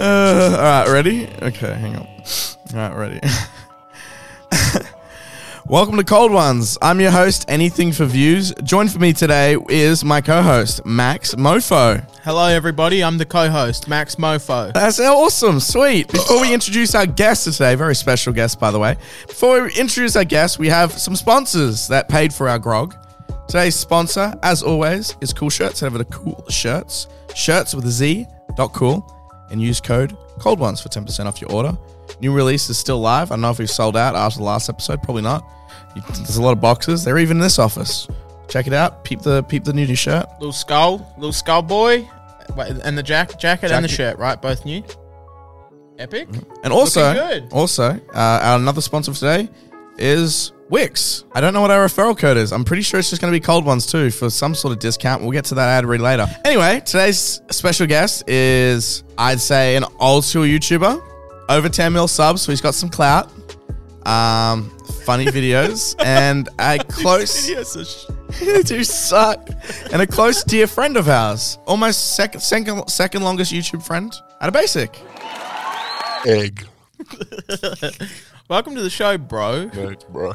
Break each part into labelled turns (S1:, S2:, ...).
S1: Uh, all right, ready? Okay, hang on. All right, ready. Welcome to Cold Ones. I'm your host, Anything for Views. Joined for me today is my co-host, Max Mofo.
S2: Hello, everybody. I'm the co-host, Max Mofo.
S1: That's awesome, sweet. Before we introduce our guest today, very special guest, by the way. Before we introduce our guest, we have some sponsors that paid for our grog. Today's sponsor, as always, is Cool Shirts. Head over to Cool Shirts, shirts with a Z, dot cool, and use code Cold Ones for 10% off your order. New release is still live. I don't know if we've sold out after the last episode, probably not. You- There's a lot of boxes. They're even in this office. Check it out. Peep the peep the new new shirt.
S2: Little skull, little skull boy, Wait, and the jack, jacket and the
S1: Jacket. Mm-hmm.
S2: shirt, right? Both new. Epic.
S1: And also,
S2: Looking good.
S1: also, uh, our another sponsor for today is Wix. I don't know what our referral code is. I'm pretty sure it's just going to be cold ones too for some sort of discount. We'll get to that ad read later. Anyway, today's special guest is, I'd say, an old school YouTuber, over 10 mil subs, so he's got some clout, um, funny videos, and a close. They do suck. And a close dear friend of ours, almost second second second longest YouTube friend at a basic.
S3: egg.
S2: Welcome to the show, bro.
S3: Egg, bro.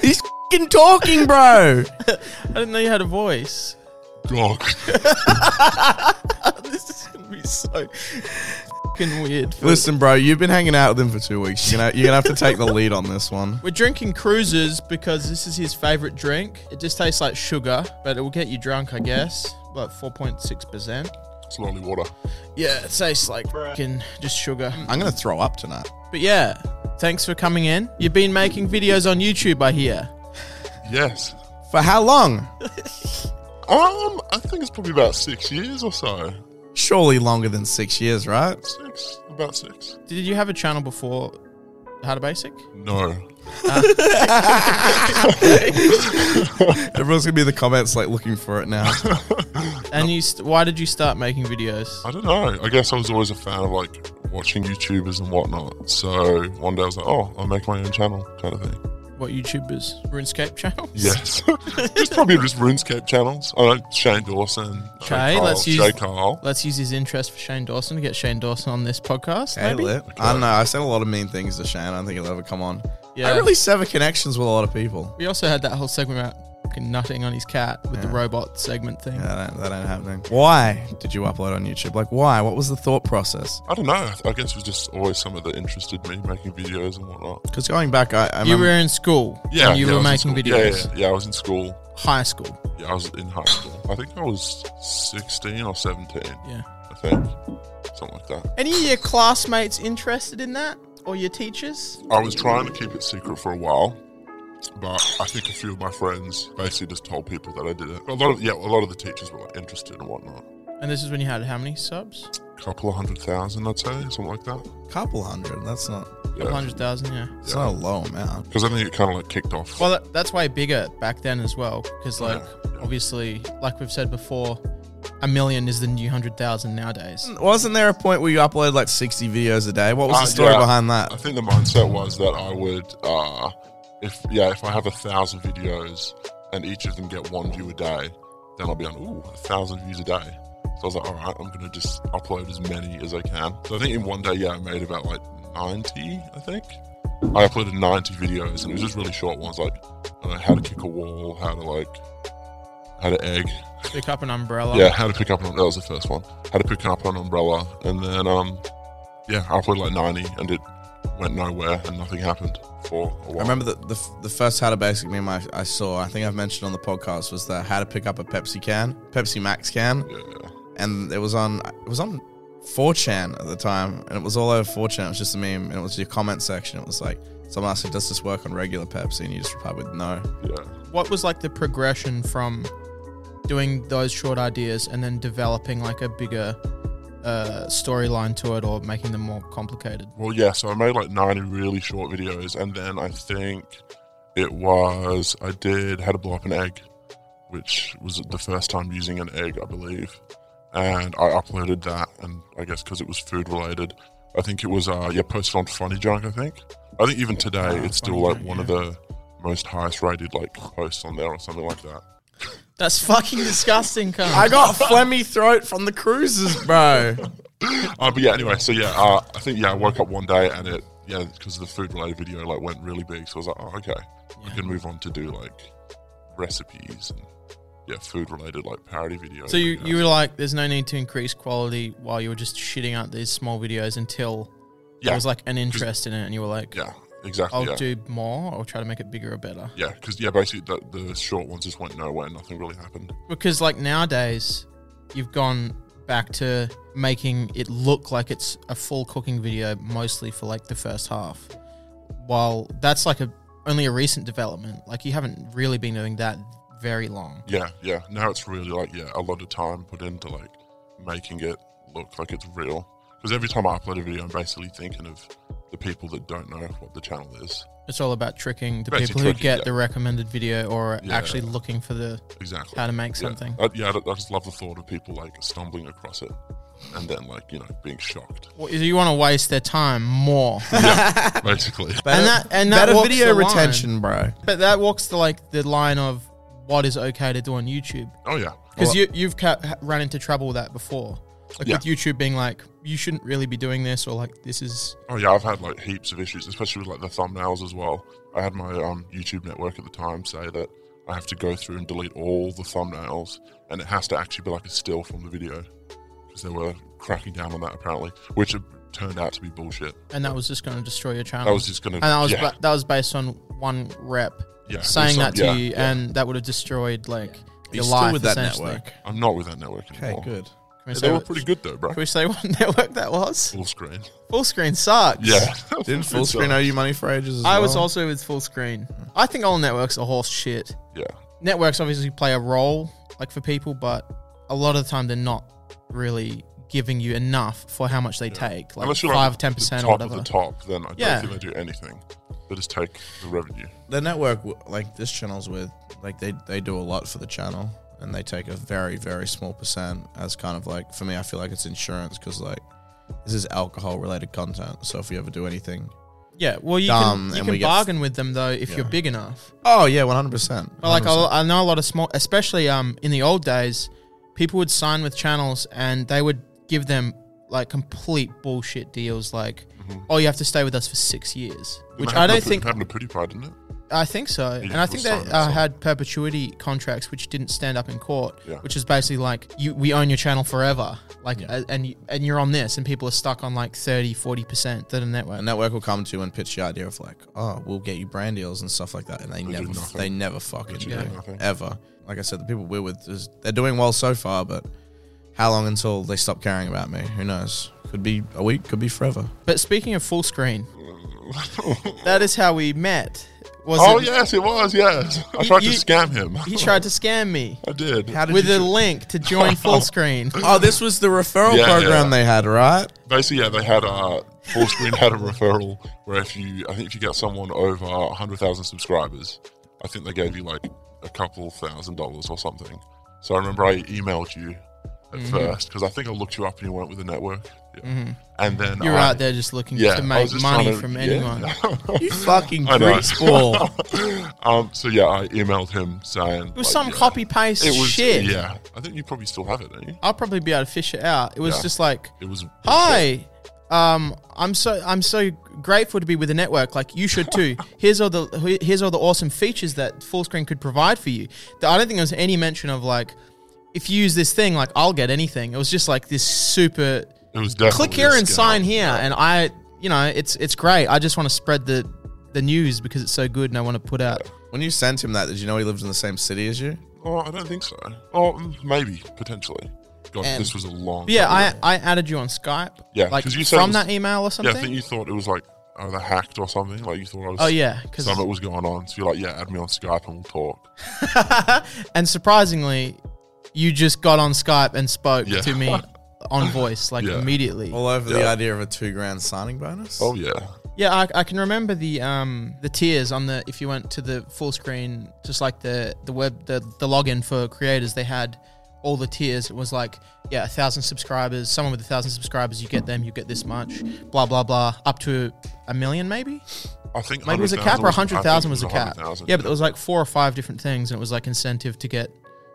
S1: He's fing talking, bro.
S2: I didn't know you had a voice.
S3: Dog.
S2: This is gonna be so fucking weird.
S1: Listen, bro, you've been hanging out with him for two weeks. You're gonna, you're gonna have to take the lead on this one.
S2: We're drinking cruisers because this is his favorite drink. It just tastes like sugar, but it will get you drunk, I guess. Like 4.6%.
S3: It's lonely water.
S2: Yeah, it tastes like fucking just sugar.
S1: I'm gonna throw up tonight.
S2: But yeah, thanks for coming in. You've been making videos on YouTube, I hear.
S3: Yes.
S1: For how long?
S3: Um, I think it's probably about six years or so.
S1: Surely longer than six years, right?
S3: Six. About six.
S2: Did you have a channel before How to Basic?
S3: No.
S1: Everyone's gonna be in the comments like looking for it now.
S2: And you, st- why did you start making videos?
S3: I don't know. I guess I was always a fan of like watching YouTubers and whatnot. So one day I was like, oh, I'll make my own channel kind of thing.
S2: What YouTubers? RuneScape channel?
S3: Yes. it's probably just RuneScape channels. I know Shane Dawson.
S2: Okay, let's use-
S3: Jay Carl.
S2: Let's use his interest for Shane Dawson to get Shane Dawson on this podcast.
S1: Hey,
S2: maybe?
S1: lit. I don't know. I've said a lot of mean things to Shane. I don't think he'll ever come on.
S2: Yeah.
S1: I really sever connections with a lot of people.
S2: We also had that whole segment about fucking nutting on his cat with the robot segment thing.
S1: That ain't, that ain't happening. Why did you upload on YouTube? Like, why? What was the thought process?
S3: I don't know. I guess it was just always something that interested me, making videos and whatnot.
S1: Because going back, I, I
S2: You
S1: remember-
S2: were in school.
S3: Yeah.
S2: and you
S3: yeah,
S2: were
S3: I was
S2: making
S3: in school. Yeah,
S2: videos.
S3: yeah, yeah, I was in school.
S2: High school.
S3: Yeah, I was in high school. I think I was 16 or 17.
S2: Yeah.
S3: I think. Something like that.
S2: Any of your classmates interested in that? Or your teachers?
S3: I was trying to keep it secret for a while, but I think a few of my friends basically just told people that I did it. A lot of, yeah, a lot of the teachers were like interested and whatnot.
S2: And this is when you had how many subs?
S3: A couple of hundred thousand, I'd say, something like that.
S1: couple hundred. That's not.
S3: Yeah.
S2: 100,000, yeah.
S1: It's not a low amount.
S3: Because I think it kind of like kicked off.
S2: Well, that, that's way bigger back then as well, because like
S3: Yeah.
S2: obviously, like we've said before, a million is the new hundred thousand nowadays.
S1: Wasn't there a point where you uploaded like 60 videos a day? What was
S3: Uh,
S1: the story
S3: yeah.
S1: behind that?
S3: I think the mindset was that I would, uh, if yeah, if I have a thousand videos and each of them get one view a day, then I'll be on ooh a thousand views a day. So I was like, all right, I'm gonna just upload as many as I can. So I think in one day, yeah, I made about like 90. I think I uploaded 90 videos, and it was just really short ones, like I don't know, how to kick a wall, how to like how to egg,
S2: Pick up an umbrella.
S3: yeah, um, how to pick up an that was the first one. How to pick up an umbrella, and then um, yeah, I played like ninety, and it went nowhere, and nothing happened for a while.
S1: I remember the, the, f- the first how to basic meme I, I saw, I think I've mentioned on the podcast, was the how to pick up a Pepsi can, Pepsi Max can.
S3: Yeah,
S1: And it was on, it was on 4chan at the time. And it was all over 4chan. It was just a meme. And it was your comment section. It was like, someone asked you, does this work on regular Pepsi? And you just replied with no.
S3: yeah.
S2: What was like the progression from doing those short ideas and then developing like a bigger uh, storyline to it, or making them more complicated?
S3: Well, yeah. So I made like ninety really short videos, and then I think it was I did how to blow up an egg, which was the first time using an egg, I believe, and I uploaded that, and I guess because it was food related, I think it was uh yeah posted on Funny Junk, I think. I think even today it's still
S2: Ah, Funny
S3: like
S2: Junk,
S3: one of the most highest rated like posts on there or something like that.
S2: That's fucking disgusting, cunt.
S1: I got phlegmy throat from the cruises, bro.
S3: Uh, but yeah, anyway, so yeah, uh, I think yeah, I woke up one day and it yeah, because the food related video like went really big, so I was like, oh okay, I can move on to do like recipes and yeah, food related like parody videos.
S2: so you,
S3: know.
S2: you were like, there's no need to increase quality while you were just shitting out these small videos until
S3: Yeah.
S2: there was like an interest in it, and you were like,
S3: yeah, exactly.
S2: I'll
S3: yeah.
S2: do more or try to make it bigger or better.
S3: yeah, because yeah, basically the, the short ones just went nowhere. Nothing really happened.
S2: Because like nowadays, you've gone back to making it look like it's a full cooking video, mostly for like the first half. While that's like a only a recent development. Like you haven't really been doing that very long.
S3: Yeah, yeah. Now it's really like yeah, a lot of time put into like making it look like it's real. Because every time I upload a video, I'm basically thinking of the people that don't know what the channel is.
S2: It's all about tricking the
S3: Basically
S2: people who
S3: tricking,
S2: get
S3: yeah.
S2: the recommended video or are
S3: Yeah.
S2: actually looking for the
S3: Exactly.
S2: how to make
S3: Yeah.
S2: something.
S3: I, yeah, I, I just love the thought of people like stumbling across it and then like you know being shocked.
S2: Well, you want to waste their time more,
S3: yeah, basically.
S2: and that and that
S1: better
S2: walks
S1: video
S2: the line.
S1: retention, bro.
S2: but that walks the like the line of what is okay to do on YouTube.
S3: Oh yeah.
S2: because you you've ca- ha- run into trouble with that before, like
S3: Yeah.
S2: with YouTube being like you shouldn't really be doing this or like this is
S3: Oh yeah, I've had like heaps of issues, especially with like the thumbnails as well. I had my um, YouTube network at the time say that I have to go through and delete all the thumbnails, and it has to actually be like a still from the video because they were cracking down on that apparently, which it turned out to be bullshit.
S2: and that was just going to destroy your channel.
S3: That was just gonna.
S2: and that was
S3: yeah,
S2: ba- that was based on one rep
S3: yeah, it was
S2: saying
S3: some-
S2: that to
S3: yeah,
S2: you,
S3: yeah.
S2: and that would have destroyed like
S1: You're
S2: your
S1: still
S2: life.
S1: with that
S2: essentially.
S1: network.
S3: I'm not with that network anymore.
S1: good.
S2: Can we,
S3: Yeah,
S2: say
S3: they were
S2: what,
S3: pretty good though, bro.
S2: can we say what network that was?
S3: Full screen.
S2: Full screen sucks.
S3: Yeah.
S1: Didn't full
S3: It's,
S1: screen
S3: uh,
S1: owe you money for ages? As
S2: I was
S1: well?
S2: also with full screen. I think all networks are horse shit.
S3: Yeah.
S2: networks obviously play a role like for people but a lot of the time they're not really giving you enough for how much they take like
S3: Unless you're
S2: 5
S3: like the
S2: 10%
S3: top
S2: or
S3: of
S2: whatever
S3: the top, then I don't
S2: Yeah.
S3: think they do anything. They just take the revenue.
S1: the network w- like this channel's with like they they do a lot for the channel and they take a very very small percent as kind of like for me I feel like it's insurance because like this is alcohol related content so if we ever do anything
S2: yeah well you
S1: Dumb, and
S2: can, you
S1: we
S2: can
S1: get-
S2: bargain with them though if you're
S1: Yeah.
S2: big enough
S1: oh yeah 100 percent
S2: but like I, I know a lot of small especially um in the old days people would sign with channels and they would give them like complete bullshit deals like
S3: Mm-hmm.
S2: oh you have to stay with us for 6 years which I don't think
S3: happened to PewDiePie, didn't it?
S2: I think so, and I think they
S3: sign it,
S2: uh,
S3: so-
S2: had perpetuity contracts which didn't stand up in court,
S3: Yeah.
S2: which is basically like you we own your channel forever, like a- and you, and you're on this, and people are stuck on like 30 40 percent to the
S1: a
S2: network.
S1: network will come to you and pitch the idea of like oh we'll get you brand deals and stuff like that and they,
S3: They
S1: never
S3: do nothing.
S1: they never fucking do
S3: Literally
S2: Yeah.
S3: do nothing.
S1: ever like I said the people we're with is, they're doing well so far but how long until they stop caring about me who knows could be a week could be forever
S2: But speaking of full screen, that is how we met. Was
S3: oh
S2: it,
S3: yes, it was. Yes, I tried
S2: you-
S3: to scam him.
S2: He tried to scam me
S3: I did.
S1: how did
S2: with
S1: you
S2: a link to join full screen.
S1: Oh, this was the referral
S3: Yeah,
S1: program
S3: yeah.
S1: they had, right?
S3: Basically, yeah, they had uh, full screen had a referral where if you, I think if you get someone over hundred thousand subscribers, I think they gave you like a couple thousand dollars or something. So I remember I emailed you at
S2: Mm-hmm.
S3: first because I think I looked you up and you weren't with the network. Yeah. And then
S2: You're
S3: I,
S2: Mm-hmm. out there just looking
S3: Oh. Yeah,
S2: to
S3: I
S2: make
S3: was just
S2: money
S3: trying to-
S2: from
S3: yeah.
S2: anyone.
S1: You fucking
S3: I know.
S1: grease ball.
S3: Um, so yeah, I emailed him saying
S2: It was some copy paste
S3: It was
S2: shit.
S3: Yeah, I think you probably still have it, don't you?
S2: I'll probably be able to fish it out. It was
S3: Yeah.
S2: just like
S3: It was
S2: Hi. Um, I'm so I'm so grateful to be with the network. Like you should too. Here's all the here's all the awesome features that full screen could provide for you. Th- I don't think there was any mention of like if you use this thing, like I'll get anything. It was just like this super
S3: It was definitely
S2: click here
S3: a
S2: and
S3: scam.
S2: sign here, and I you know it's it's great. I just want to spread the the news because it's so good, and I want to put out.
S1: When you sent him that, did you know he lived in the same city as you?
S3: Oh, I don't think so. Oh, mm, maybe potentially. God, this was a long.
S2: But yeah,
S3: time ago.
S2: I I added you on Skype.
S3: Yeah,
S2: like
S3: 'cause you said it
S2: from
S3: was-
S2: that email or
S3: yeah,
S2: something.
S3: I think you thought it was like oh, they hacked or something. Like you thought I was.
S2: oh yeah, because
S3: Something was going on. So you're like, yeah, add me on Skype and we'll talk.
S2: And surprisingly, you just got on Skype and spoke
S3: Yeah.
S2: to me on voice like
S3: Yeah.
S2: immediately.
S1: All over the
S3: Yeah.
S1: idea of a two grand signing bonus?
S3: Oh yeah,
S2: Yeah, I, I can remember the um the tiers on the if you went to the full screen, just like the the web the the login for creators, they had all the tiers. It was like yeah, a thousand subscribers. Someone with a thousand subscribers, you get them, you get this much. Blah blah blah. Up to a million, maybe.
S3: I think
S2: Maybe it was a
S3: 100,000
S2: cap or a hundred
S3: I think
S2: thousand
S3: it
S2: was a cap.
S3: 100,000,
S2: Yeah, but there was like four or five different things, and it was like incentive to get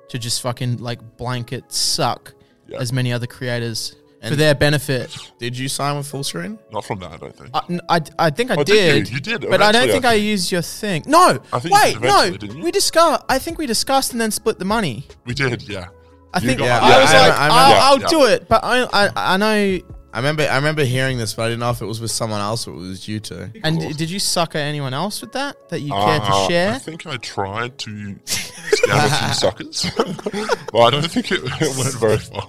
S2: to just fucking like blanket suck
S3: Yeah.
S2: as many other creators for
S1: And-
S2: their benefit.
S1: Did you sign with full screen?
S3: Not from that, I don't think.
S2: I, n- I- I think I
S3: Oh,
S2: did.
S3: did you? You did
S2: but I don't
S3: eventually,
S2: think
S3: I
S2: I
S3: think.
S2: used your thing. No,
S3: I think you
S2: wait,
S3: did
S2: no.
S3: eventually, didn't you?
S2: We discussed. I think we discussed and then split the money.
S3: we did, yeah.
S2: I
S3: You
S2: think
S3: got-
S2: I
S1: yeah,
S2: was
S1: I-
S2: like,
S1: I
S2: I,
S1: remember-
S2: will
S1: yeah,
S2: I'll
S3: yeah.
S2: do it, but I, I, I know.
S1: I remember I remember hearing this, but I didn't know if it was with someone else or it was you two.
S2: And d- did you sucker anyone else with that that you care
S3: Uh,
S2: to share?
S3: I think I tried to stab a few suckers, but I don't think it, it went very far.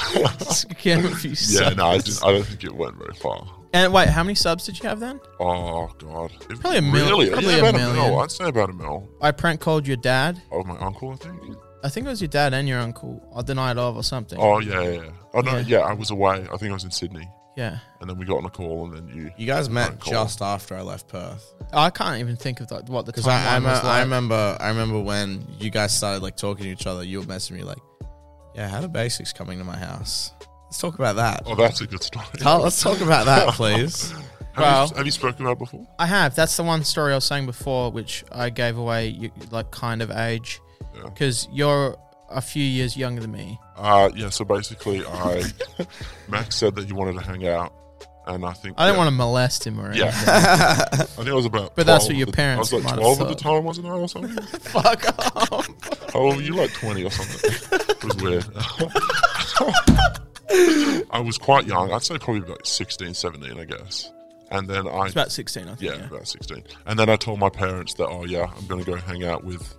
S2: Care if you
S3: yeah,
S2: suck.
S3: no, I, didn't, I don't think it went very far.
S2: And wait, how many subs did you have then?
S3: Oh god, It-
S2: Probably a mil-
S3: Really?
S2: probably
S3: yeah,
S2: a
S3: about a
S2: million.
S3: mil. I'd say about a mil.
S2: I prank called your dad.
S3: Oh, my uncle, I think.
S2: I think it was your dad and your uncle. I denied of or something.
S3: Oh yeah, yeah. yeah. Oh no,
S2: Yeah.
S3: yeah. I was away. I think I was in Sydney,
S2: Yeah.
S3: and then we got on a call, and then you.
S1: You guys met
S3: Alright, cool.
S1: just after I left Perth
S2: I can't even think of like, what the
S1: because
S2: timeline
S1: I, I, me-
S2: Oh, was like.
S1: I remember I remember when you guys started like talking to each other. You were messaging me like, "Yeah, how do basics coming to my house? Let's talk about that.
S3: Oh, that's a good story.
S1: Tal- let's talk about that, please."
S3: Have,
S2: Wow.
S3: you, have you spoken about it before?
S2: I have. That's the one story I was saying before, which I gave away, you, like kind of age,
S3: Yeah.
S2: because you're a few years younger than me.
S3: Uh, yeah. So basically, I Max said that you wanted to hang out, and I think
S2: I don't
S3: yeah,
S2: want to molest him or anything.
S3: Yeah. I think I was about.
S2: But that's what
S3: 12
S2: your
S3: at the-
S2: parents
S3: I was
S2: might
S3: like
S2: have
S3: 12 at the
S2: thought.
S3: time, wasn't I, or something?
S2: Fuck off.
S3: Oh, you were like 20 or something. It was weird. I was quite young. I'd say probably about 16, 17, I guess. And then I.
S2: It's about 16, I think.
S3: yeah,
S2: Yeah.
S3: about 16. And then I told my parents that, oh, yeah, I'm going to go hang out with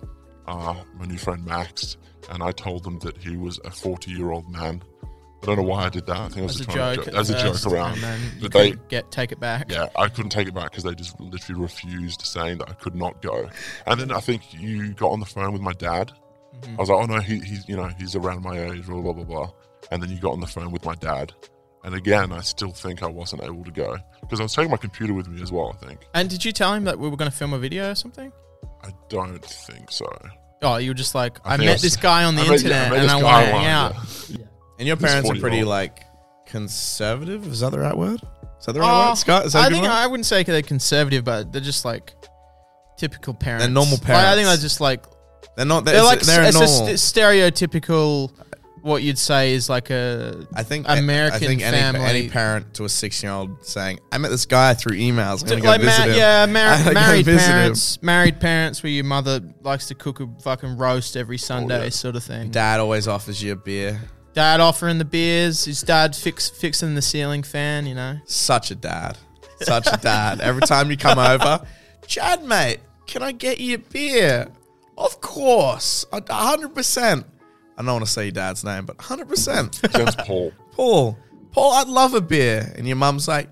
S3: uh, my new friend Max. And I told them that he was a 40 year old man. I don't know why I did that. I think it was
S2: As a
S3: trying to
S2: joke.
S3: jo-
S2: at
S3: As a
S2: first,
S3: joke around.
S2: And then you
S3: But they.
S2: couldn't get, take it back.
S3: Yeah, I couldn't take it back because they just literally refused, saying that I could not go. And then I think you got on the phone with my dad. I was like, oh no, he, he's you know he's around my age, blah blah blah blah. And then you got on the phone with my dad. And again, I still think I wasn't able to go because I was taking my computer with me as well. I think
S2: And did you tell him that we were going to film a video or something?
S3: I don't think so.
S2: Oh, you were just like, I,
S3: think I
S2: met
S3: was-
S2: this guy on the
S3: I met- yeah,
S2: internet
S3: met
S2: and
S3: this
S2: I
S3: guy
S2: want to hang
S3: online,
S2: out.
S3: yeah.
S1: And your
S3: It's
S1: parents are
S3: 40
S1: pretty
S3: old.
S1: like conservative. Is that the right word? Is that the right
S2: Uh,
S1: word, Scott? Is that a
S2: I
S1: good
S2: think
S1: word?
S2: I wouldn't say they're conservative, but they're just like typical parents.
S1: normal
S2: Like, I
S1: parents.
S2: think they're just like
S1: they're not. They're,
S2: they're like
S1: they're
S2: it's
S1: normal.
S2: a st- stereotypical what you'd say is like a
S1: I think
S2: American
S1: I think any,
S2: family.
S1: any parent to a six-year-old saying, "I met this guy through emails. I'm gonna go
S2: like
S1: visit
S2: ma-
S1: him."
S2: yeah
S1: I'm
S2: mar-
S1: gonna
S2: married
S1: visit him.
S2: parents married parents where your mother likes to cook a fucking roast every
S1: Oh,
S2: Sunday sort of thing. Dad,
S1: Dad always offers you a beer.
S2: offering the beers, his dad fix fixing the ceiling fan, you know.
S1: Such a dad. Such a dad. Every time you come over, Chad, mate, can I get you a beer? Of course, a a hundred percent. I don't want to say your dad's name, but a hundred percent.
S3: James Paul.
S1: Paul, Paul, I'd love a beer. And your mum's like,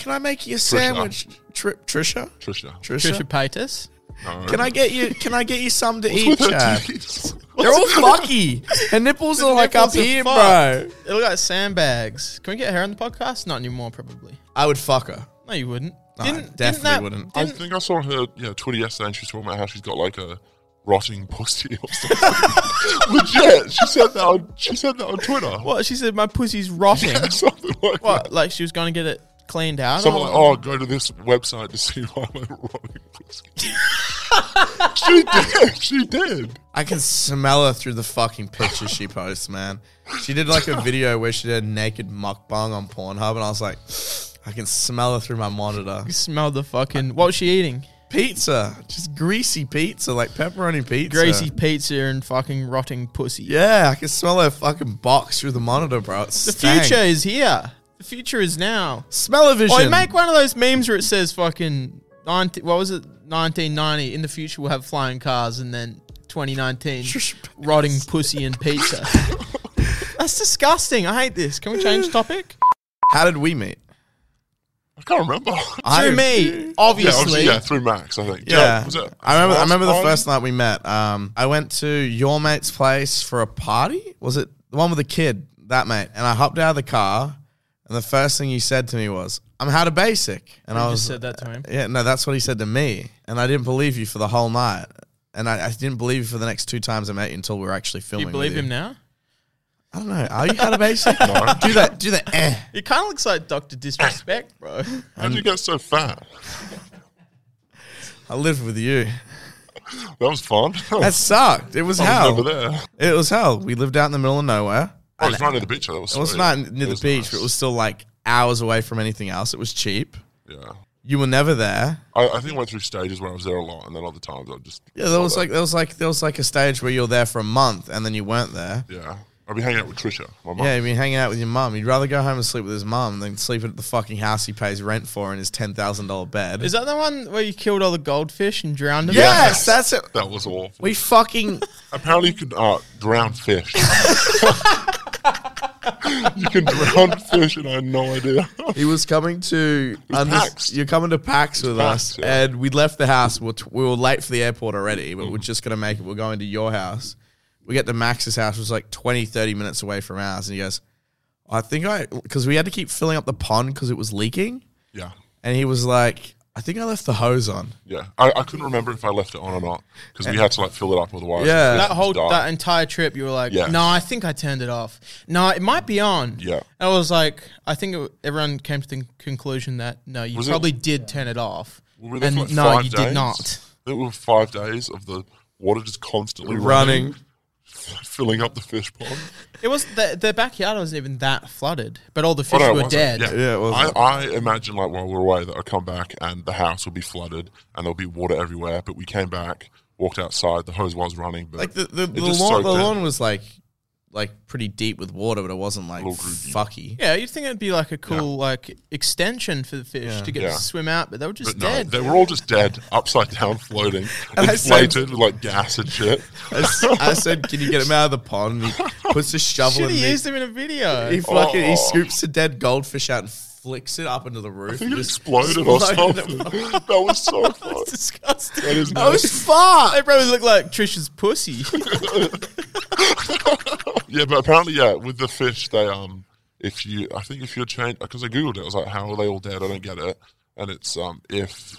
S1: Can I make you a sandwich, Tri- Trisha?
S3: Trisha.
S1: Trisha?
S2: Trisha Paytas.
S3: No.
S1: Can I get you? Can I get you some to eat,
S3: Uh, With her
S1: Chad?
S3: titties.
S1: They're all fucky. Her nipples are like up
S2: Nipples are
S1: here, bro.
S2: fucked. It look like sandbags. Can we get her on the podcast? Not anymore, probably.
S1: I would fuck her.
S2: No, you wouldn't.
S1: No, I
S2: didn't,
S1: definitely
S2: didn't that,
S1: wouldn't.
S3: I
S2: Didn't,
S3: think I saw her yeah Twitter yesterday, and she was talking about how she's got like a rotting pussy or something. Legit, she said that. On, she said that on Twitter.
S2: what she said? My pussy's rotting.
S3: something like that.
S2: What? Like she was going to get it cleaned out?
S3: Someone
S2: or
S3: like,
S2: what?
S3: oh, go to this website to see why I'm a rotting pussy. she did. She did.
S1: I can smell her through the fucking pictures she posts, man. She did like a video where she did a naked mukbang on Pornhub, and I was like, I can smell her through my monitor.
S2: You smell the fucking. What was she eating?
S1: Pizza, just greasy pizza, like pepperoni pizza.
S2: Greasy pizza and fucking rotting pussy.
S1: uh, Yeah, I can smell her fucking box through the monitor, bro. It
S2: The
S1: stank.
S2: future is here. The future is now.
S1: Smell-o-vision.
S2: Or make one of those memes where it says fucking 19, what was it? 1990. In the future, we'll have flying cars, and then 2019, rotting pussy and pizza. That's disgusting. I hate this. Can we change topic?
S1: How did we meet?
S3: I can't remember.
S2: Through me, obviously.
S3: Yeah, through Max, I think.
S1: Yeah,
S3: was it
S1: I remember. I remember the
S3: last
S1: first night we met. Um, I went to your mate's place for a party. Was it the one with the kid? That mate. And I hopped out of the car, and the first thing he said to me was, "I'm how to basic." And I
S2: You
S1: was,
S2: just said that to him.
S1: yeah, no, that's what he said to me, and I didn't believe you for the whole night, and I, I didn't believe you for the next two times I met you until we were actually
S2: Do
S1: filming.
S2: you believe
S1: with
S2: him now?
S1: I don't know. Are you how to basic? Do that. Do that. Eh.
S2: It kind of looks like Doctor Disrespect, bro.
S3: How'd you get so fat?
S1: I lived with you.
S3: That was fun.
S1: That sucked. It was
S3: I was
S1: hell.
S3: never there.
S1: It was hell. We lived out in the middle of nowhere.
S3: I was right near the beach. though. That was
S1: It was
S3: sweet.
S1: not near the
S3: Oh, was
S1: beach,
S3: nice.
S1: but it was still like hours away from anything else. It was cheap.
S3: Yeah.
S1: You were never there.
S3: I, I think I went through stages where I was there a lot, and then other times I just
S1: Yeah, there was like there was like there was like a stage where you were there for a month and then you weren't there.
S3: yeah. I'd be hanging out with Trisha, my mum.
S1: Yeah, you've been hanging out with your mum. You'd rather go home and sleep with his mum than sleep at the fucking house he pays rent for in his ten thousand dollar bed.
S2: Is that the one where you killed all the goldfish and drowned them?
S1: yes, that's it.
S3: That was awful.
S1: We fucking
S3: Apparently, you can uh, drown fish. you can drown fish, and I had no idea.
S1: He was coming to under-
S3: PAX.
S1: you're coming to PAX with
S3: PAX,
S1: us,
S3: yeah.
S1: and we left the house. We're t- we were late for the airport already, but we're just gonna make it. We're going to your house. We get to Max's house, which was like 20, 30 minutes away from ours, and he goes, "I think I because we had to keep filling up the pond because it was leaking,"
S3: yeah,
S1: and he was like, "I think I left the hose on."
S3: yeah. I, I couldn't remember if I left it on or not because we had to like fill it up otherwise.
S1: Yeah.
S3: the fish
S2: That
S3: would
S2: whole
S3: die.
S2: that entire trip, you were like,
S3: Yeah.
S2: "No, I think I turned it off. No, it might be on."
S3: Yeah.
S2: And I was like, I think it, everyone came to the conclusion that no, you
S3: Was it-
S2: probably did turn it off,
S3: We were there
S2: and
S3: for, like,
S2: no,
S3: five
S2: you
S3: days.
S2: did not.
S3: There were five days of the water just constantly running,
S1: Running,
S3: filling up the fish pond.
S2: It was the, the backyard wasn't even that flooded, but all the
S3: Oh,
S2: fish
S3: no, it
S2: were
S3: wasn't.
S2: dead.
S3: Yeah,
S1: Yeah, it wasn't.
S3: I, I imagine like while we we're away that I come back and the house will be flooded and there'll be water everywhere. But we came back, walked outside, the hose was running, but
S1: like the the, the
S3: just
S1: lawn.
S3: soaked
S1: The
S3: in.
S1: lawn was like like pretty deep with water, but it wasn't like
S3: Little groovy.
S1: fucky.
S2: Yeah, you'd think it'd be like a cool like extension for the fish to get
S3: Yeah.
S2: to swim out, but they were just
S3: But no,
S2: dead.
S3: they were all just dead, upside down, floating,
S1: And I said-
S3: inflated with like gas and shit.
S1: I, s- I said, "Can you get him out of the pond?" And he puts a shovel
S2: Should
S1: in
S2: have
S1: me.
S2: used them in a video.
S1: He fucking he
S3: Oh.
S1: scoops a dead goldfish out and flicks it up into the roof.
S3: I think
S1: and
S3: it
S1: just-
S3: exploded or
S1: exploded.
S3: something. that was so fun.
S2: That's disgusting.
S3: That is
S1: That
S3: nice.
S1: was far.
S2: They probably look like Trisha's pussy.
S3: yeah, but apparently, yeah, with the fish, they um, if you, I think if you're changed, because I googled it, I was like, how are they all dead? I don't get it. And it's um, if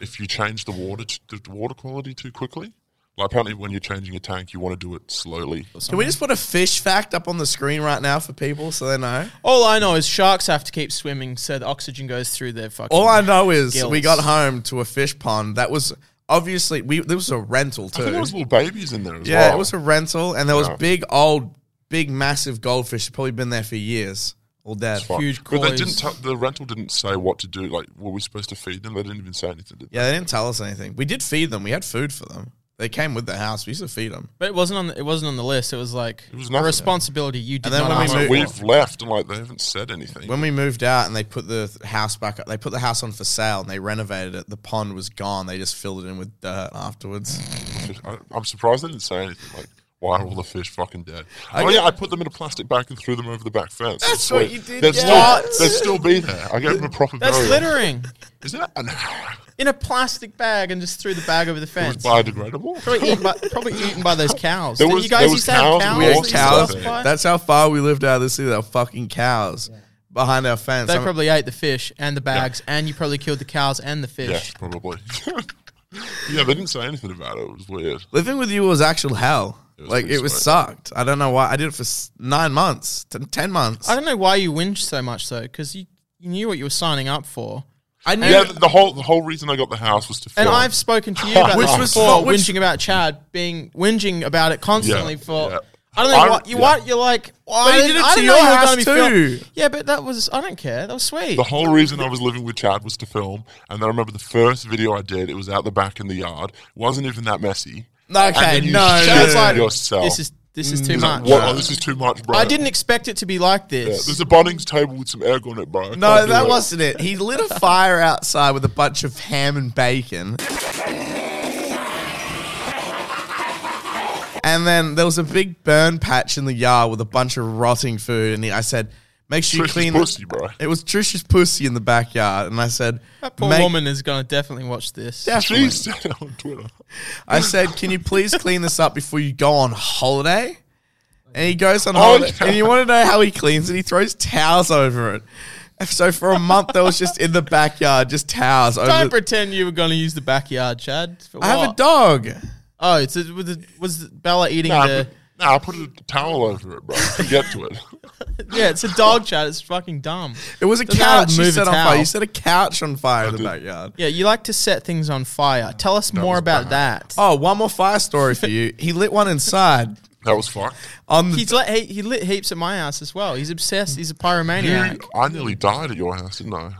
S3: if you change the water, t- the water quality too quickly. Like apparently, when you're changing a tank, you want to do it slowly.
S1: Can we just put a fish fact up on the screen right now for people so they know?
S2: All I know is sharks have to keep swimming so the oxygen goes through their fucking.
S1: All I know is we
S2: Gills.
S1: got home to a fish pond that was obviously we there was a rental
S3: I
S1: too.
S3: think there was little babies in there as
S1: yeah,
S3: well.
S1: it was a rental, and there was
S3: Yeah.
S1: big old, big massive goldfish. Probably been there for years. All dead.
S3: Fine.
S2: huge
S3: But they
S2: coys.
S3: didn't. T- the rental didn't say what to do. Like, were we supposed to feed them? They didn't even say anything. Did they?
S1: Yeah, they didn't tell us anything. We did feed them. We had food for them. They came with the house. We used to feed them.
S2: But it wasn't on. The, it wasn't on the list. It was like
S3: It was
S2: a
S3: nothing.
S2: responsibility you did
S1: then
S2: not
S1: when we
S2: ask
S1: moved-
S2: for.
S1: Wait,
S3: We've left, and like they haven't said anything.
S1: When we moved out and they put the th- house back up, they put the house on for sale and they renovated it. The pond was gone. They just filled it in with dirt afterwards.
S3: I, I'm surprised they didn't say anything. Like, why are all the fish fucking dead?
S1: I
S3: oh
S1: get-
S3: yeah, I put them in a plastic bag and threw them over the back fence.
S1: That's
S3: It's
S1: what
S3: sweet.
S1: you did,
S3: They'd
S1: yeah.
S3: still, they'd still be there. I gave them a proper
S2: That's
S3: burial.
S2: littering
S3: Isn't that? No,
S2: in a plastic bag and just threw the bag over the
S3: it was
S2: fence.
S3: biodegradable.
S2: Probably eaten, by, probably eaten by those cows.
S3: There
S2: Didn't
S3: was-
S2: you guys
S3: there was
S2: used to have
S3: cows and
S2: cows.
S1: we had
S3: horses
S1: cows.
S3: and stuff.
S1: That's how far we lived out of the city. There were fucking cows behind our fence.
S2: they
S1: I'm-
S2: probably ate the fish and the bags, and you probably killed the cows and the
S3: yeah,
S2: fish.
S3: probably. yeah, they didn't say anything about it. It was weird.
S1: living with you was actual hell.
S3: was
S1: like
S3: pretty
S1: it was
S3: sweet.
S1: sucked. I don't know why. I did it for s- nine months, t- ten months.
S2: I don't know why you whinged so much though, because you, you knew what you were signing up for.
S1: I knew.
S3: Yeah, the whole the whole reason I got the house was to.
S2: And
S3: film.
S2: I've spoken to you about
S1: Which
S2: this
S1: was
S2: before,
S1: fu- which-
S2: whinging about Chad being whinging about it constantly
S3: Yeah,
S2: for.
S3: yeah.
S2: I don't know
S3: I-
S2: what you
S3: yeah.
S2: what you're like. Well,
S1: But
S2: I
S1: he
S2: didn't-
S1: did it
S2: I
S1: to
S2: didn't
S1: your
S2: know you were
S1: house
S2: gonna be film-
S1: too.
S2: Yeah, but that was I don't care. That was sweet.
S3: The whole reason I was living with Chad was to film, and then I remember the first video I did. It was out the back in the yard. It wasn't even that messy.
S1: Okay,
S3: And then you
S1: no,
S3: shit
S1: no, no, no.
S3: yourself.
S2: this is this is too
S3: He's like,
S2: much.
S3: what? Oh, this is too much, bro.
S2: I didn't expect it to be like
S3: Yeah,
S2: this.
S3: there's a Bunnings table with some egg on it, bro. I can't
S1: no,
S3: do
S1: that
S3: it.
S1: wasn't it. He lit a fire outside with a bunch of ham and bacon. And then there was a big burn patch in the yard with a bunch of rotting food. And he, I said, make sure
S3: Trish's
S1: you clean.
S3: pussy, bro.
S1: It was Trisha's pussy in the backyard. And I said,
S2: that poor
S1: "Make-
S2: woman is gonna definitely watch this.
S1: definitely."
S3: She said it on Twitter.
S1: I said, can you please clean this up before you go on holiday? And he goes
S2: Oh,
S1: on holiday.
S3: yeah.
S1: And you want to know how he cleans it? He throws towels over it. So for a month, that was just in the backyard, just towels over
S2: Don't
S1: the-
S2: pretend you were gonna use the backyard, Chad. For
S1: I have a
S2: what?
S1: dog.
S2: Oh, it's a, was, it, was Bella eating
S3: Nah,
S2: the
S3: but Nah, I put a towel over it, bro. To get to it.
S2: yeah, it's a dog chat. It's fucking dumb.
S1: It was a
S2: Doesn't matter
S1: couch you
S2: move a
S1: set on
S2: towel.
S1: fire. You set a couch on fire in the
S3: did.
S1: backyard.
S2: Yeah, you like to set things on fire. Tell us more
S3: was
S2: about that.
S1: Oh, one more fire story for you. He lit one inside
S3: That was fucked.
S1: on the
S2: He's like he, he lit heaps at my house as well. He's obsessed. He's a pyromaniac
S3: You, I nearly died at your house, didn't I?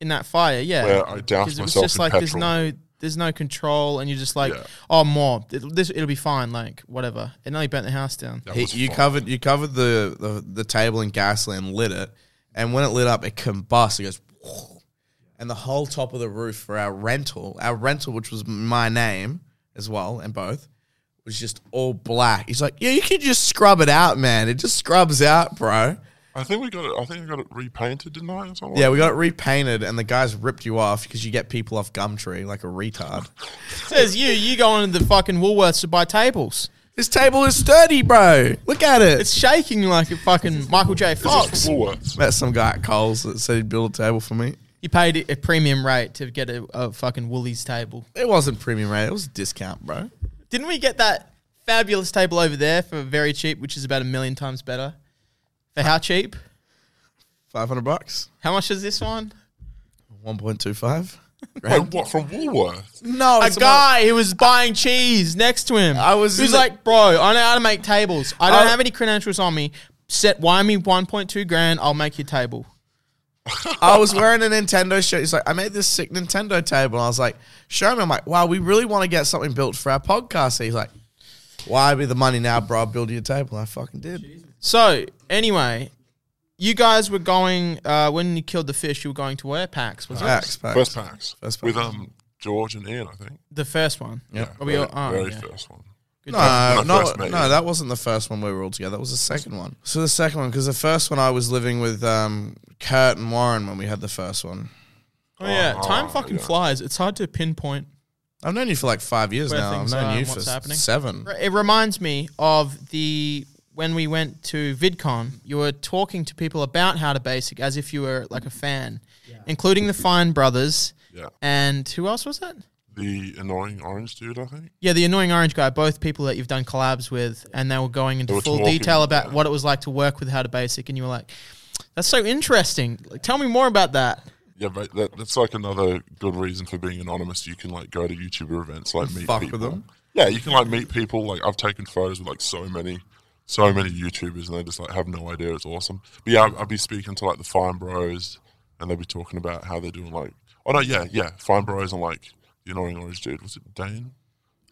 S2: in that fire. Yeah,
S3: Where I doused
S2: because it was
S3: myself
S2: just
S3: in
S2: like there's
S3: petrol.
S2: no there's no control, and you're just like,
S3: Yeah.
S2: oh, more. It, this it'll be fine. Like whatever. And then he burnt the house down.
S3: That
S1: He,
S3: was
S1: you
S3: fucked.
S1: covered you covered the, the the table in gasoline, lit it, and when it lit up, it combusts. It goes, and the whole top of the roof for our rental, our rental, which was my name as well, and both was just all black. He's like, yeah, you can just scrub it out, man. It just scrubs out, bro.
S3: I think we got it. I think we got it repainted, didn't I? Or something
S1: Yeah, we got it repainted, and the guys ripped you off because you get people off Gumtree like a retard.
S2: Says you. You go into the fucking Woolworths to buy tables.
S1: this table is sturdy, bro. Look at it.
S2: It's shaking like a fucking Michael J.
S3: Like that. This
S2: Fox.
S3: is from Woolworths.
S1: Met some guy at Coles that said he'd build a table for me.
S2: You paid a premium rate to get a, a fucking Woolies table.
S1: It wasn't premium rate. It was a discount, bro.
S2: Didn't we get that fabulous table over there for very cheap, which is about a million times better? For how cheap?
S1: Five hundred bucks.
S2: How much is this one?
S1: One point two five.
S3: Wait, what? From Woolworths?
S1: No,
S2: A guy who was buying cheese next to him.
S1: I was in
S2: Who's
S1: the-
S2: like, bro, I know how to make tables. I don't
S1: I-
S2: have any credentials on me. Set wire me 1.2 grand. I'll make your table.
S1: I was wearing a Nintendo shirt. He's like, I made this sick Nintendo table. And I was like, show me. I'm like, wow, we really want to get something built for our podcast. he's like, why be the money now, bro? I'll build you a table. And I fucking did.
S2: So anyway, you guys were going uh, when you killed the fish. You were going to where PAX was it
S1: Facts, facts.
S3: First packs.
S1: First packs.
S3: With um George and Ian, I think.
S2: the first one?
S1: Yep.
S2: Are we all,
S3: very
S2: oh,
S3: very
S2: yeah.
S3: first one.
S1: No,
S3: When I
S1: no,
S3: first
S1: no,
S3: met you.
S1: that wasn't the first one we were all together. That was the second one. So the second one, because the first one I was living with um, Kurt and Warren when we had the first one.
S2: Oh yeah, time
S3: Oh,
S2: fucking
S3: yeah.
S2: flies. It's hard to pinpoint.
S1: I've known you for like five years
S2: Where
S1: now. I've
S2: things are
S1: known you
S2: and
S1: for
S2: what's happening.
S1: seven.
S2: It reminds me of the when we went to VidCon. You were talking to people about how to basic as if you were like a fan, including the Fine Brothers
S3: Yeah.
S2: and who else was that?
S3: The annoying orange dude, I think.
S2: Yeah, the annoying orange guy. Both people that you've done collabs with, and they were going into
S3: They were
S2: full
S3: talking,
S2: detail about
S3: yeah.
S2: what it was like to work with How to Basic, and you were like, "That's so interesting. Like, tell me more about that."
S3: Yeah, but that, that's like another good reason for being anonymous. You can like go to YouTuber events, like meet
S1: Fuck with
S3: people.
S1: them.
S3: Yeah, you can like meet people. Like I've taken photos with like so many, so many YouTubers, and they just like have no idea. It's awesome. But yeah, I'll, I'll be speaking to like the Fine Bros, and they'll be talking about how they're doing. Like, oh no, yeah, yeah, Fine Bros and like the annoying orange dude. Was it Dane?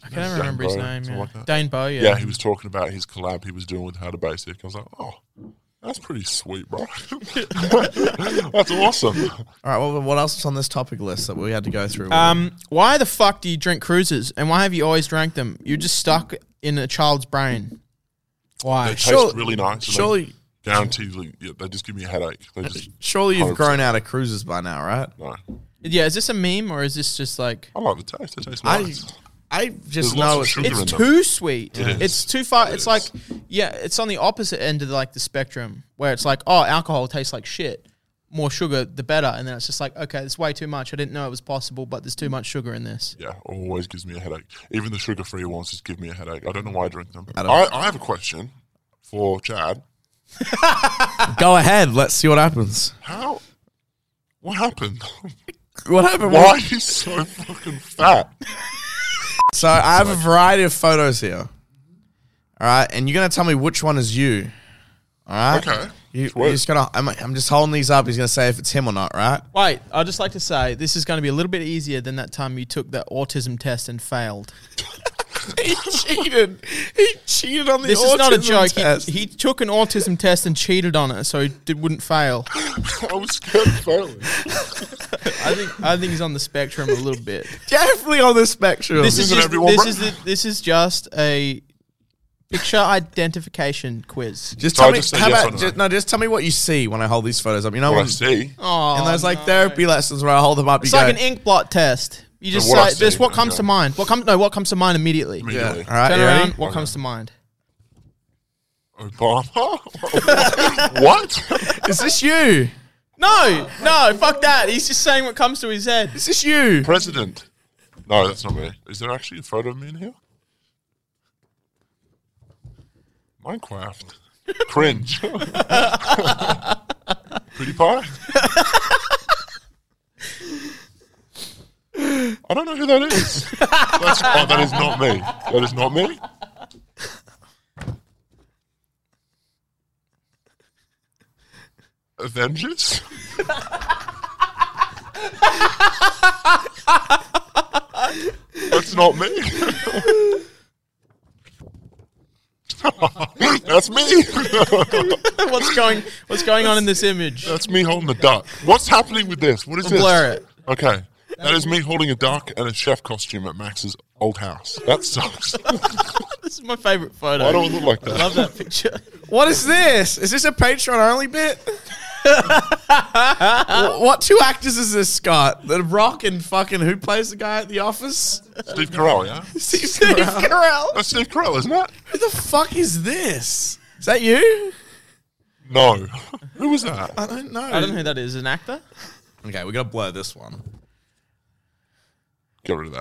S2: I can't remember his
S3: Bow,
S2: name.
S3: something
S2: Yeah.
S3: like that.
S2: Dane Bow, yeah.
S3: Yeah. he was talking about his collab he was doing with How to Basic. I was like, oh, that's pretty sweet, bro. that's awesome.
S1: All right, well, what else was on this topic list that we had to go through?
S2: Um, why the fuck do you drink cruises, and why have you always drank them? You're just stuck in a child's brain. Why?
S3: They taste
S1: Surely-
S3: really nice. and they
S1: surely-
S3: guarantee like, yeah, they just give me a headache. They just
S1: Surely you've
S3: 100%.
S1: grown out of cruises by now, right?
S3: no.
S2: Yeah, is this a meme or is this just like
S3: I like the taste. It tastes
S1: I-
S3: nice.
S1: I just
S3: There's lots
S1: know
S3: of
S1: it's,
S3: sugar.
S2: it's
S3: in them.
S2: too sweet?
S3: It is.
S2: It's too far.
S3: It
S2: it's
S3: is.
S2: like yeah, it's on the opposite end of like the spectrum where it's like oh, alcohol tastes like shit. More sugar, the better. And then it's just like okay, it's way too much. I didn't know it was possible, but there's too much sugar in this.
S3: yeah, always gives me a headache. Even the sugar-free ones just give me a headache. I don't know why I drink them. I,
S1: don't-
S3: I, have a question for Chad.
S1: go ahead. Let's see what happens.
S3: How? What happened?
S1: What happened?
S3: why are you so fucking fat?
S1: So I have a variety of photos here. All right, and you're gonna tell me which one is you. All right.
S3: Okay.
S1: You,
S3: Sweet.
S1: are just gonna. I'm, I'm just holding these up. He's gonna say if it's him or not. Right.
S2: Wait, I'd just like to say this is going to be a little bit easier than that time you took that autism test and failed.
S1: he cheated. He cheated on the
S2: This is not a joke. He, he took an autism test and cheated on it, so he did, wouldn't fail.
S3: I was scared of failing.
S2: I think I think he's on the spectrum a little bit.
S1: Definitely on the spectrum.
S2: This is
S3: Isn't
S2: just,
S3: everyone
S2: this
S3: bra-
S2: is the, this is just a picture identification quiz.
S1: just
S3: So
S1: tell
S3: I
S1: me.
S3: just say
S1: how
S3: yes
S1: about
S3: or no?
S1: just, no? Just tell me what you see when I hold these photos up. You know
S3: What I
S1: when
S3: see.
S2: Oh,
S1: in those like therapy lessons where I hold them up.
S2: It's
S1: you
S2: like
S1: go,
S2: an ink blot test. You just
S3: what I
S2: say just
S3: see,
S2: what comes
S3: okay.
S2: to mind. What comes no? What comes to mind immediately?
S3: Immediately.
S1: Yeah. All right.
S2: Turn
S1: you ready?
S2: around. What comes to mind?
S3: Obama? what?
S1: Is this you?
S2: No, no, fuck that. He's just saying what comes to his head.
S1: Is this you?
S3: President? No, that's not me. Is there actually a photo of me in here? Minecraft. Cringe. Pretty pie. I don't know who that is. That's, oh, that is not me. That is not me. Avengers? That's not me. That's me.
S2: what's going What's going on in this image?
S3: That's me holding the duck. What's happening with this? What is this?
S2: Blur it.
S3: Okay. That is me holding a duck and a chef costume at Max's old house. That sucks.
S2: This is my favorite photo.
S3: Why do I look like
S2: I
S3: that?
S2: love that picture.
S1: What is this? Is this a Patreon only bit? Wh- what two actors is this, Scott? The Rock and fucking who plays the guy at the office?
S3: Steve Carell, yeah?
S1: Steve Carell.
S3: That's Steve Carell, isn't it?
S1: Who the fuck is this? Is that you?
S3: No. Who was that?
S1: I don't know.
S2: I don't know who that is. An actor?
S1: Okay, we gotta blur this one.
S3: Get rid of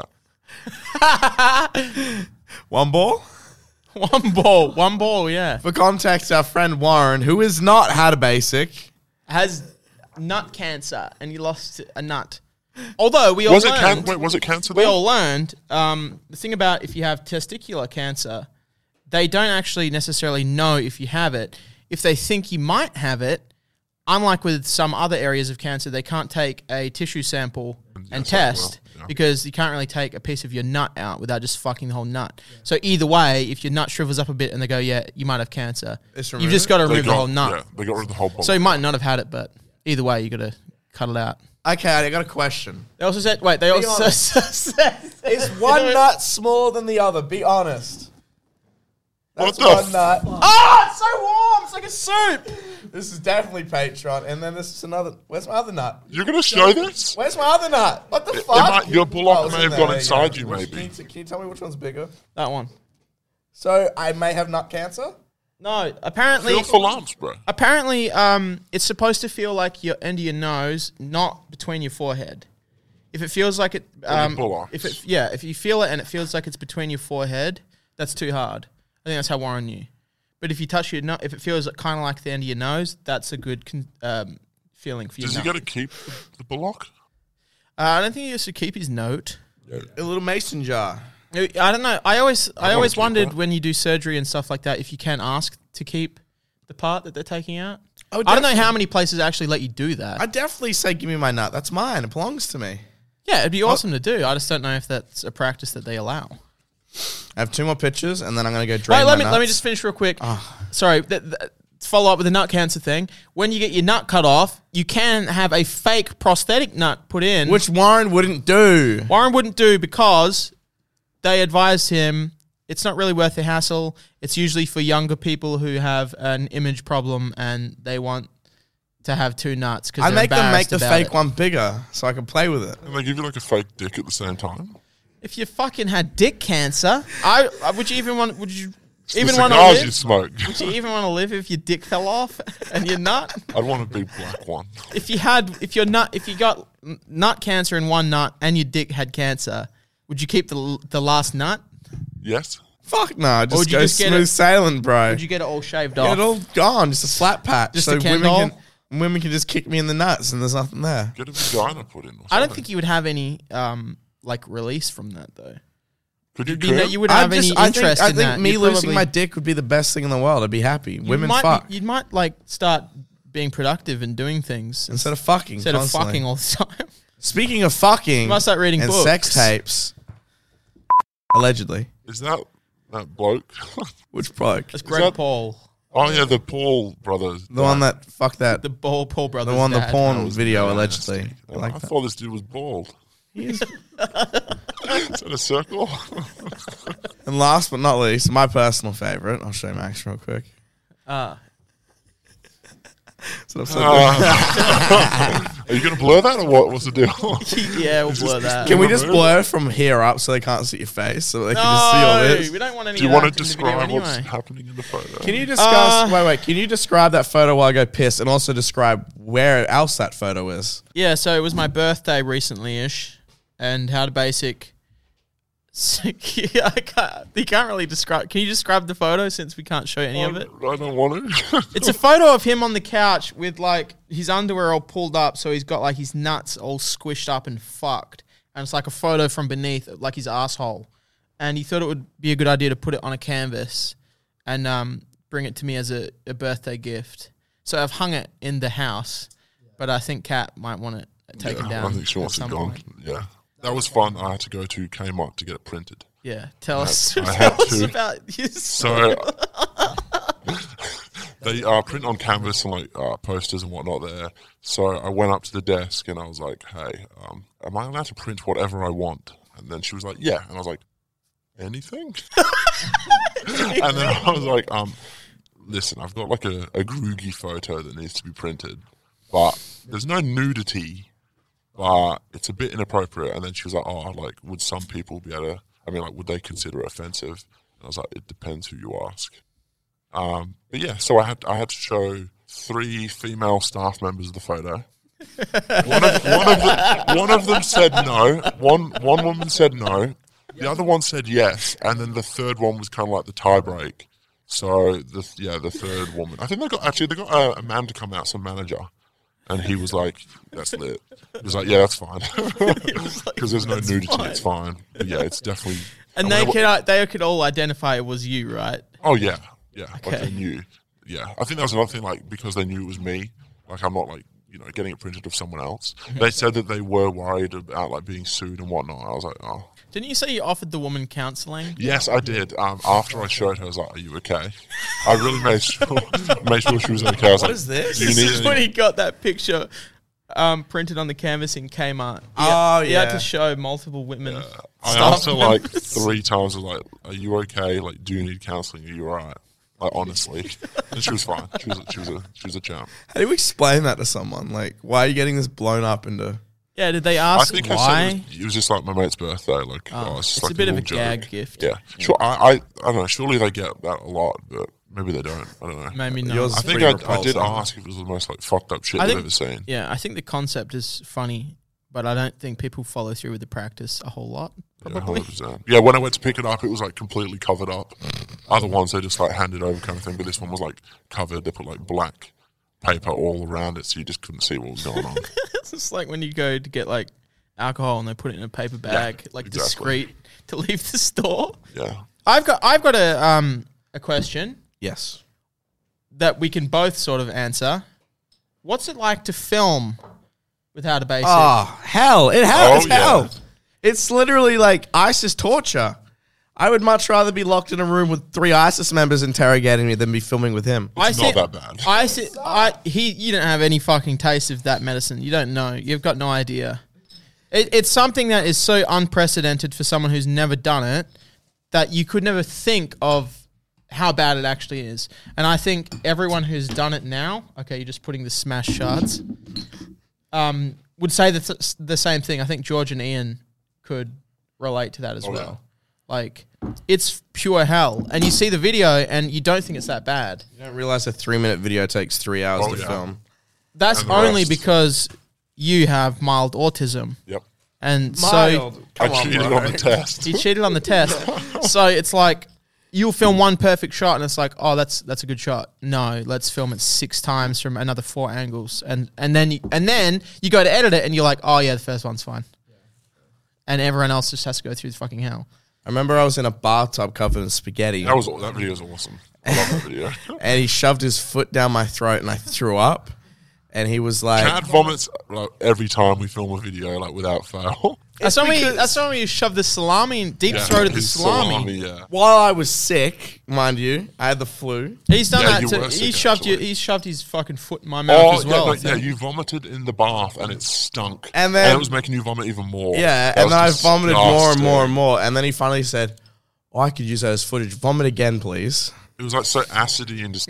S3: that.
S1: One ball.
S2: One ball. One ball. Yeah.
S1: For context, our friend Warren, who is not had a basic.
S2: Has nut cancer, and he lost a nut. Although we all
S3: Was it,
S2: learned,
S3: can- wait, was it cancer?
S2: we
S3: then?
S2: all learned um, the thing about if you have testicular cancer, they don't actually necessarily know if you have it. If they think you might have it, unlike with some other areas of cancer, they can't take a tissue sample and
S3: Yes, I will,
S2: test
S3: yeah.
S2: because you can't really take a piece of your nut out without just fucking the whole nut. So either way, if your nut shrivels up a bit and they go, "Yeah, you might have cancer,"
S1: It's
S2: you've just got to
S3: They
S2: remove the
S3: got-
S2: whole nut.
S3: yeah, they got rid of the whole bottle.
S2: So you might not have had it, but either way, you got to cut it out.
S1: Okay, I got a question.
S2: They also said, wait, they also
S1: honest.
S2: said,
S1: Is one nut smaller than the other? Be honest.
S3: What
S1: That's
S3: the
S1: one
S3: f-
S1: nut. Ah, it's so warm. It's like a soup. This is definitely Patreon. And then this is another. Where's my other nut?
S3: You're going to show this?
S1: Where's my other nut? What the
S3: It- it
S1: fuck? Oh,
S3: might- your bullock
S1: it's
S3: may
S1: in
S3: have
S1: there.
S3: gone
S1: There
S3: inside
S1: go.
S3: you,
S1: Which-
S3: maybe.
S1: Can you, can you tell me which one's bigger?
S2: that one.
S1: So I may have nut cancer.
S2: No, apparently,
S3: Feel for lumps, bro.
S2: apparently, um, it's supposed to feel like your end of your nose, not between your forehead. If it feels like it, um,
S3: bullocks.
S2: if it, yeah, if you feel it and it feels like it's between your forehead, that's too hard. I think that's how Warren knew. But if you touch your nose, if it feels kind of like the end of your nose, that's a good con- um, feeling for you.
S3: Does he got to keep the, the bullock?
S2: uh, I don't think he used to keep his note.
S1: A little mason jar.
S2: I don't know. I always I, always
S3: keep
S2: wondered
S3: that.
S2: when you do surgery and stuff like that if you can ask to keep the part that they're taking out.
S1: I would
S2: I don't know how many places actually let you do that.
S1: I definitely say, give me my nut. That's mine. It belongs to me.
S2: yeah, it'd be awesome to do. I just don't know if that's a practice that they allow.
S1: I have two more pictures, and then I'm gonna go drain.
S2: Wait, let
S1: my
S2: me let me
S1: nuts. Ah.
S2: just finish real quick. Sorry, th- th- follow up with the nut cancer thing. When you get your nut cut off, you can have a fake prosthetic nut put in,
S1: Which Warren wouldn't do.
S2: Warren wouldn't do because they advised him it's not really worth the hassle. It's usually for younger people who have an image problem and they want to have two nuts because
S1: I make them make the fake
S2: it.
S1: one bigger so I can play with it.
S3: And they give you like a fake dick at the same time?
S2: If you fucking had dick cancer, I, I would you even want would you even
S3: the
S2: want to
S3: cigars you
S2: live?
S3: smoke.
S2: Do you even want to live if your dick fell off and your nut?
S3: I'd want a big black one.
S2: If you had if your nut if you got n- nut cancer in one nut and your dick had cancer, would you keep the l- the last nut?
S3: Yes?
S1: Fuck no,
S2: would
S1: just
S2: you
S1: go
S2: just get
S1: smooth
S2: it-
S1: sailing, bro.
S2: Would you get it all shaved
S1: Get
S2: off?
S1: it all gone, just a slap pat.
S2: Just
S1: so
S2: a
S1: women
S2: Kendall?
S1: can women can just kick me in the nuts and there's nothing there.
S3: Get a vagina put in. Or
S2: I don't think you would have any um, like release from that though.
S3: Could you,
S2: You, know,
S3: crib?
S2: you wouldn't have any
S1: I think,
S2: interest
S1: I
S2: in
S1: think
S2: that.
S1: me
S2: You'd
S1: losing
S2: probably-
S1: my dick would be the best thing in the world. I'd be happy.
S2: you
S1: Women
S2: might,
S1: fuck
S2: You might like start being productive and doing things
S1: instead of fucking.
S2: instead of
S1: constantly.
S2: fucking all the time.
S1: Speaking of fucking,
S2: must start reading
S1: and
S2: books.
S1: sex tapes. Allegedly,
S3: Is that that bloke?
S1: which bloke?
S2: That's Greg
S3: that-
S2: Paul,
S3: oh, yeah, the Paul brothers.
S1: The one that fucked that.
S2: the
S1: The,
S2: Paul Paul brother,
S1: one the
S2: dad.
S1: porn
S3: was
S1: video
S3: nasty.
S1: allegedly. I
S3: I
S1: Like that.
S3: thought this dude was bald. Is that a circle?
S1: And last but not least, my personal favorite. I'll show Max real quick.
S2: Uh,
S1: It's an upside down-
S3: Uh, Are you going to blur that or what? What's the deal?
S2: yeah, we'll blur that.
S1: Can we just
S3: remove it?
S1: blur from here up so they can't see your face so they can just see all
S2: no,
S1: this?
S2: we don't want any.
S3: Do you
S2: of that
S3: want
S2: in
S3: to
S2: the video
S3: describe what's
S2: anyway.
S3: happening in the photo?
S1: Can you discuss? wait, wait. Can you describe that photo while I go piss, and also describe where else that photo is?
S2: Yeah, so it was my birthday recently ish, and how to basic I can't, you can't really describe. Can you describe the photo since we can't show any of it?
S3: I don't want to.
S2: It's a photo of him on the couch with like his underwear all pulled up, so he's got like his nuts all squished up and fucked. And it's like a photo from beneath, like his asshole. And he thought it would be a good idea to put it on a canvas and um, bring it to me as a, a birthday gift. So I've hung it in the house, but I think Kat might want it taken
S3: yeah,
S2: down.
S3: I think she
S2: at
S3: wants it
S2: some
S3: gone.
S2: point.
S3: Yeah. That was fun. I had to go to Kmart to get it printed.
S2: Yeah, tell us,
S3: I had
S2: tell us
S3: to.
S2: about his.
S3: So uh, they uh, print on canvas and like uh, posters and whatnot there. So I went up to the desk and I was like, "Hey, um, am I allowed to print whatever I want?" And then she was like, "Yeah," and I was like, "Anything?" and then I was like, um, "Listen, I've got like a, a groogy photo that needs to be printed, but there's no nudity, but uh, it's a bit inappropriate." And then she was like, "Oh, like would some people be able to? I mean, like would they consider it offensive?" And I was like, "It depends who you ask." Um, but yeah, so I had I had to show three female staff members of the photo. one, of, one, of the, one of them said no. One one woman said no. The other one said yes, and then the third one was kind of like the tiebreak. So the yeah, the third woman. I think they got actually they got a, a man to come out, some manager, and he was like, "That's lit." He was like, "Yeah, that's fine," because there's no nudity. It's fine. But yeah, it's definitely.
S2: And
S3: I
S2: they
S3: mean,
S2: could uh, they could all identify it was you, right?
S3: Oh yeah, yeah. Like
S2: Okay.
S3: they knew. Yeah, I think that was another thing. Like because they knew it was me. Like I'm not like you know getting it printed of someone else.
S2: Mm-hmm.
S3: They said that they were worried about like being sued and whatnot. I was like, oh
S2: Didn't you say you offered the woman counselling?
S3: yes, I did. Um, after I showed her, I was like, are you okay? I really made sure made sure she was okay. I was like,
S1: is this?
S3: Do you
S2: This
S3: need
S2: is
S3: any-"
S2: when he got that picture um, printed on the canvas in Kmart. He
S1: Oh,
S2: had, he had
S1: yeah.
S2: to show multiple women.
S3: I
S2: staff
S3: asked her like
S2: members.
S3: three times. I was like, are you okay? Like, do you need counselling? Are you alright? Like honestly, and she was fine. She was a, she was a she was a champ.
S1: How do you explain that to someone? Like, why are you getting this blown up into?
S2: Yeah, did they
S3: I
S2: ask
S3: think I
S2: why?
S3: said it was, it was just like my mate's birthday. Like, oh, it's, just
S2: it's
S3: like
S2: a bit of a
S3: little
S2: gag
S3: joke.
S2: gift.
S3: Yeah, sure. I, I, I don't know. Surely they get that a lot, but maybe they don't. I don't know.
S2: Maybe not.
S1: Yours-
S3: I think
S1: Pretty
S3: I, I did
S1: repulsive.
S3: ask if it was the most like fucked up shit
S2: I
S3: I've
S2: think-
S3: ever seen.
S2: yeah, I think the concept is funny, but I don't think people follow through with the practice a whole lot.
S3: Yeah,
S2: Probably.
S3: hundred percent. Yeah, when I went to pick it up, it was like completely covered up. Other ones they just like handed over kind of thing, but this one was like covered. They put like black paper all around it, so you just couldn't see what was going on.
S2: it's just like when you go to get like alcohol and they put it in a paper bag, like
S3: exactly.
S2: discreet to leave the store.
S3: yeah.
S2: I've got I've got a um a question.
S1: Yes.
S2: that we can both sort of answer. What's it like to film without a basic?
S1: Oh, hell. It hell.
S3: Oh,
S1: it's
S3: yeah.
S1: hell. It's literally like ISIS torture. I would much rather be locked in a room with three ISIS members interrogating me than be filming with him.
S2: I
S3: not
S2: think-
S3: that bad.
S2: I see. I he. You don't have any fucking taste of that medicine. You don't know. You've got no idea. It, it's something that is so unprecedented for someone who's never done it that you could never think of how bad it actually is. And I think everyone who's done it now, okay, you're just putting the smash shards, um, would say the, th- the same thing. I think George and Ian could relate to that as
S3: Oh, yeah.
S2: well. Like, it's pure hell. And you see the video and you don't think it's that bad.
S1: You don't realize a three minute video takes three hours
S3: Oh,
S1: to
S3: yeah.
S1: film.
S2: That's
S3: And the
S2: only
S3: rest.
S2: because you have mild autism.
S3: Yep.
S2: And so
S1: Come
S3: I
S1: on,
S3: cheated
S1: bro.
S3: on the test.
S2: he cheated on the test. so it's like you'll film one perfect shot and it's like, oh, that's that's a good shot. No, let's film it six times from another four angles, and and then you, and then you go to edit it and you're like, oh yeah, the first one's fine, and everyone else just has to go through the fucking hell.
S1: I remember I was in a bathtub covered in spaghetti
S3: That was that video is awesome. I love that video.
S1: and he shoved his foot down my throat and I threw up. And he was like,
S3: Chad vomits like, every time we film a video, like without fail.
S2: That's when we
S1: because-
S2: that's when we shove the salami in deep
S3: Yeah,
S2: throated the
S3: his
S2: salami.
S3: yeah.
S1: while I was sick, mind you, I had the flu.
S2: He's done
S3: Yeah, you
S2: that. To,
S3: were
S2: he
S3: sick,
S2: shoved you,
S3: actually.
S2: he shoved his fucking foot in my mouth
S3: Oh
S2: as
S3: yeah,
S2: well. I
S3: like, yeah,
S2: think.
S3: you vomited in the bath and it stunk,
S1: And then-
S3: it was making you vomit even more.
S1: Yeah,
S3: That
S1: and
S3: was
S1: then I vomited more and
S3: disgusting.
S1: more and more. And then he finally said, oh, I could use that as footage. Vomit again, please.
S3: It was like so acidy and just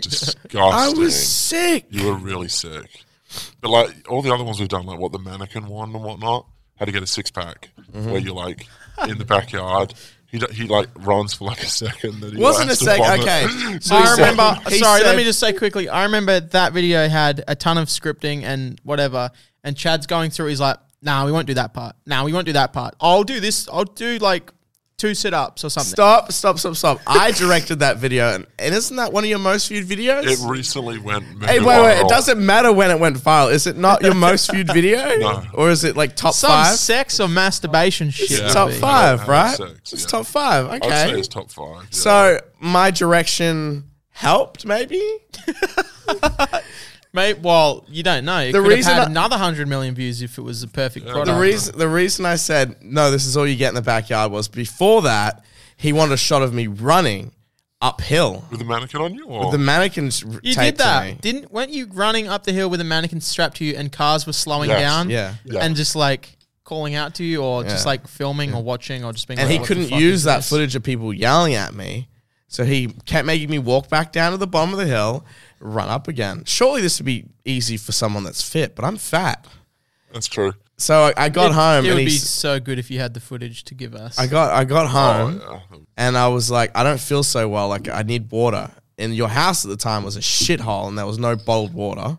S3: disgusting.
S1: I was sick.
S3: You were really sick. But like all the other ones we've done, like what the mannequin one and whatnot, how to get a six pack,
S1: Mm-hmm.
S3: where you're like in the backyard. He, d- he like runs for like a second. Then he
S1: Wasn't a
S3: has to
S1: sec.
S3: vomit.
S1: Okay. So he
S2: I
S1: said-
S2: remember.
S1: he
S2: sorry, let
S1: said-
S2: me just say quickly. I remember that video had a ton of scripting and whatever. And Chad's going through. He's like, "Nah, we won't do that part. Nah, we won't do that part. I'll do this. I'll do like two sit ups or something.
S1: Stop, stop, stop, stop. I directed that video, and, and isn't that one of your most viewed videos?
S3: It recently went.
S1: hey, wait, wait. It doesn't matter when it went viral. Is it not your most viewed video?
S3: No.
S1: Or is it like top
S2: Some
S1: five?
S2: sex or masturbation shit.
S3: Yeah.
S2: would
S1: top
S2: be.
S1: five,
S3: Yeah,
S1: right?
S3: six,
S1: It's
S3: yeah.
S1: top five. Okay.
S3: I'd say it's top five. yeah.
S1: So my direction helped, maybe.
S2: Mate, well, you don't know. It
S1: The
S2: the could
S1: reason
S2: have had
S1: I-
S2: another hundred million views if it was the perfect product.
S1: The reason the reason I said no, this is all you get in the backyard was before that he wanted a shot of me running uphill.
S3: with the mannequin on you, or
S1: The mannequins r-
S2: you did
S1: taped to
S2: that,
S1: me.
S2: didn't? Weren't you running up the hill with a mannequin strapped to you, and cars were slowing
S3: Yes.
S2: down?
S1: Yeah.
S3: Yeah.
S2: and just like calling out to you, or just
S1: Yeah.
S2: like filming, or watching, or just being.
S1: and
S2: like,
S1: he
S2: "What the
S1: couldn't
S2: fuck
S1: use
S2: is
S1: that
S2: this?"
S1: footage of people yelling at me. So he kept making me walk back down to the bottom of the hill, run up again. Surely this would be easy for someone that's fit, but I'm fat.
S3: that's true.
S1: So I, I got
S2: It-
S1: home
S2: It
S1: and
S2: would
S1: he,
S2: be
S1: s-
S2: so good if you had the footage to give us.
S1: I got I got
S3: Oh,
S1: home
S3: yeah.
S1: and I was like, I don't feel so well. Like I need water. And your house at the time was a shithole, and there was no bottled water.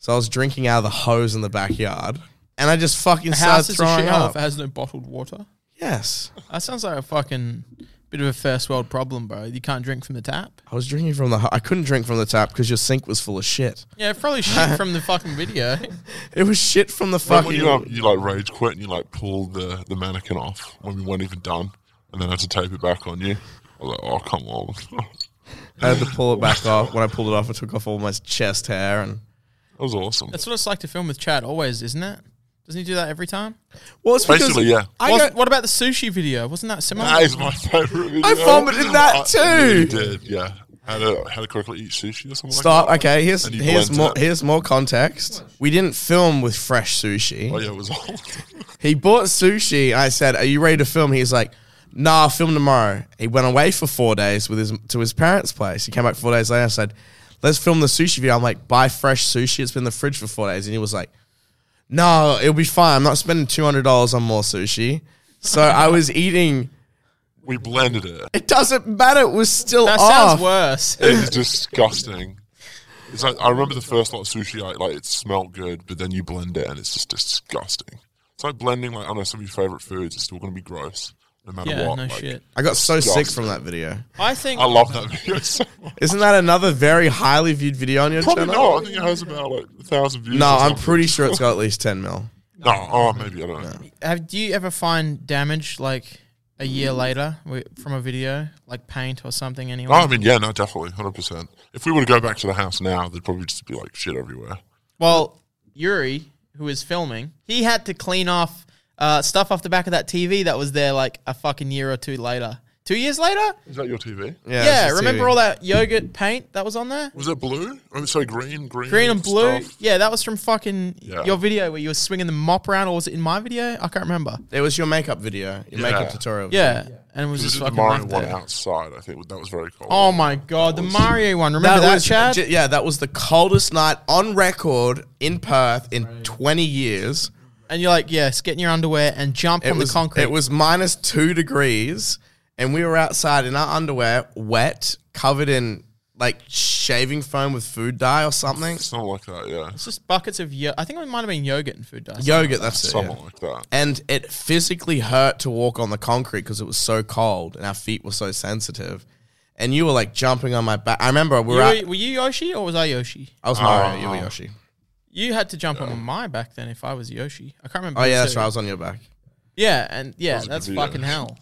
S1: So I was drinking out of the hose in the backyard, and I just fucking
S2: a house
S1: started
S2: is a
S1: throwing
S2: shithole if
S1: up.
S2: it has no bottled water.
S1: Yes,
S2: That sounds like a fucking bit of a first world problem, bro. You can't drink from the tap.
S1: I was drinking from the. ho- I couldn't drink from the tap because your sink was full of shit.
S2: Yeah, probably shit from the fucking video.
S1: It was shit from the
S3: Remember when
S1: fucking.
S3: you, um, you like rage quit and you like pulled the, the mannequin off when we weren't even done, and then had to tape it back on you. I was like, oh come on. that
S1: I had to pull it back off. When I pulled it off, I took off all my chest hair and.
S3: was awesome.
S2: That's what it's like to film with Chad always, isn't it? Doesn't he do that every time?
S1: Well, it's
S3: Basically, yeah.
S1: I
S2: What's-
S1: got-
S2: what about the sushi video? Wasn't that similar?
S3: That is my favorite. Video.
S1: I vomited that too.
S3: You did, yeah. How to how to correctly eat sushi or something.
S1: Stop.
S3: Like
S1: Okay, here's
S3: And you
S1: here's
S3: blend
S1: more
S3: it.
S1: here's more context. We didn't film with fresh sushi.
S3: that. Oh yeah, it was all.
S1: He bought sushi. I said, "Are you ready to film?" He's like, "Nah, I'll film tomorrow." He went away for four days with his to his parents' place. He came back four days later. I said, "Let's film the sushi video." I'm like, "Buy fresh sushi. It's been in the fridge for four days." And he was like, "No, it'll be fine. I'm not spending two hundred dollars on more sushi." So I was eating.
S3: we blended it.
S1: It doesn't matter. It was still
S2: that
S1: off.
S2: sounds worse.
S3: It was disgusting. It's like I remember the first lot of sushi. I, like it smelled good, but then you blend it and it's just disgusting. It's like blending like I don't know some of your favorite foods. It's still gonna be gross no matter
S2: Yeah,
S3: what.
S2: no
S3: like,
S2: shit.
S1: I got so sick
S3: Disgusting.
S1: from that video.
S2: I think
S3: I love that video so much.
S1: Isn't that another very highly viewed video on your
S3: Probably
S1: channel?
S3: not. I think it has about like a thousand views.
S1: No,
S3: or
S1: I'm
S3: something.
S1: pretty sure it's got at least ten mil.
S3: No, oh maybe I don't know.
S2: Have do you ever find damage like a year later wi- from a video, like paint or something? Anyway,
S3: No, I mean yeah, no, definitely, hundred percent. If we were to go back to the house now, there'd probably just be like shit everywhere.
S2: well, Yuri, who is filming, he had to clean off uh, stuff off the back of that TV that was there like a fucking year or two later. Two years later?
S3: Is that your TV?
S1: Yeah,
S2: yeah,
S1: it's a
S2: remember
S1: TV.
S2: all that yogurt paint that was on there?
S3: Was it blue? Oh, sorry, green, green,
S2: Green and blue.
S3: stuff.
S2: Yeah, that was from fucking
S3: Yeah.
S2: your video where you were swinging the mop around, or was it in my video? I can't remember.
S1: It was your makeup video, your
S3: Yeah.
S1: makeup tutorial. video.
S2: Yeah, and it was
S3: We
S2: just
S3: did the
S2: fucking
S3: Mario
S2: left
S3: one
S2: there.
S3: outside. I think that was very cool.
S2: Oh my god, the Mario one. Remember
S1: That,
S2: that,
S1: was
S2: Chad?
S1: j- yeah, that was the coldest night on record in Perth in 20 years.
S2: and you're like, yes, get in your underwear and jump
S1: It
S2: on
S1: was
S2: the concrete.
S1: It was minus two degrees, and we were outside in our underwear, wet, covered in like shaving foam with food dye or something.
S3: Something like that, yeah.
S2: It's just buckets of yo- I think it might have been yogurt and food dust.
S1: Yogurt, that's it. yeah.
S3: Something like that.
S1: And it physically hurt to walk on the concrete because it was so cold and our feet were so sensitive. And you were like jumping on my back. I remember we
S2: You
S1: were.
S2: were,
S1: Out,
S2: were you Yoshi or was I Yoshi?
S1: I was Mario. You were Yoshi.
S2: You had to jump on my back then if I was Yoshi. I can't remember.
S1: Oh
S2: who
S1: yeah, that's
S2: said
S1: right. I
S2: it.
S1: was on your back.
S2: Yeah, and yeah,
S3: a Mm.
S2: that's
S3: good video.
S2: fucking hell.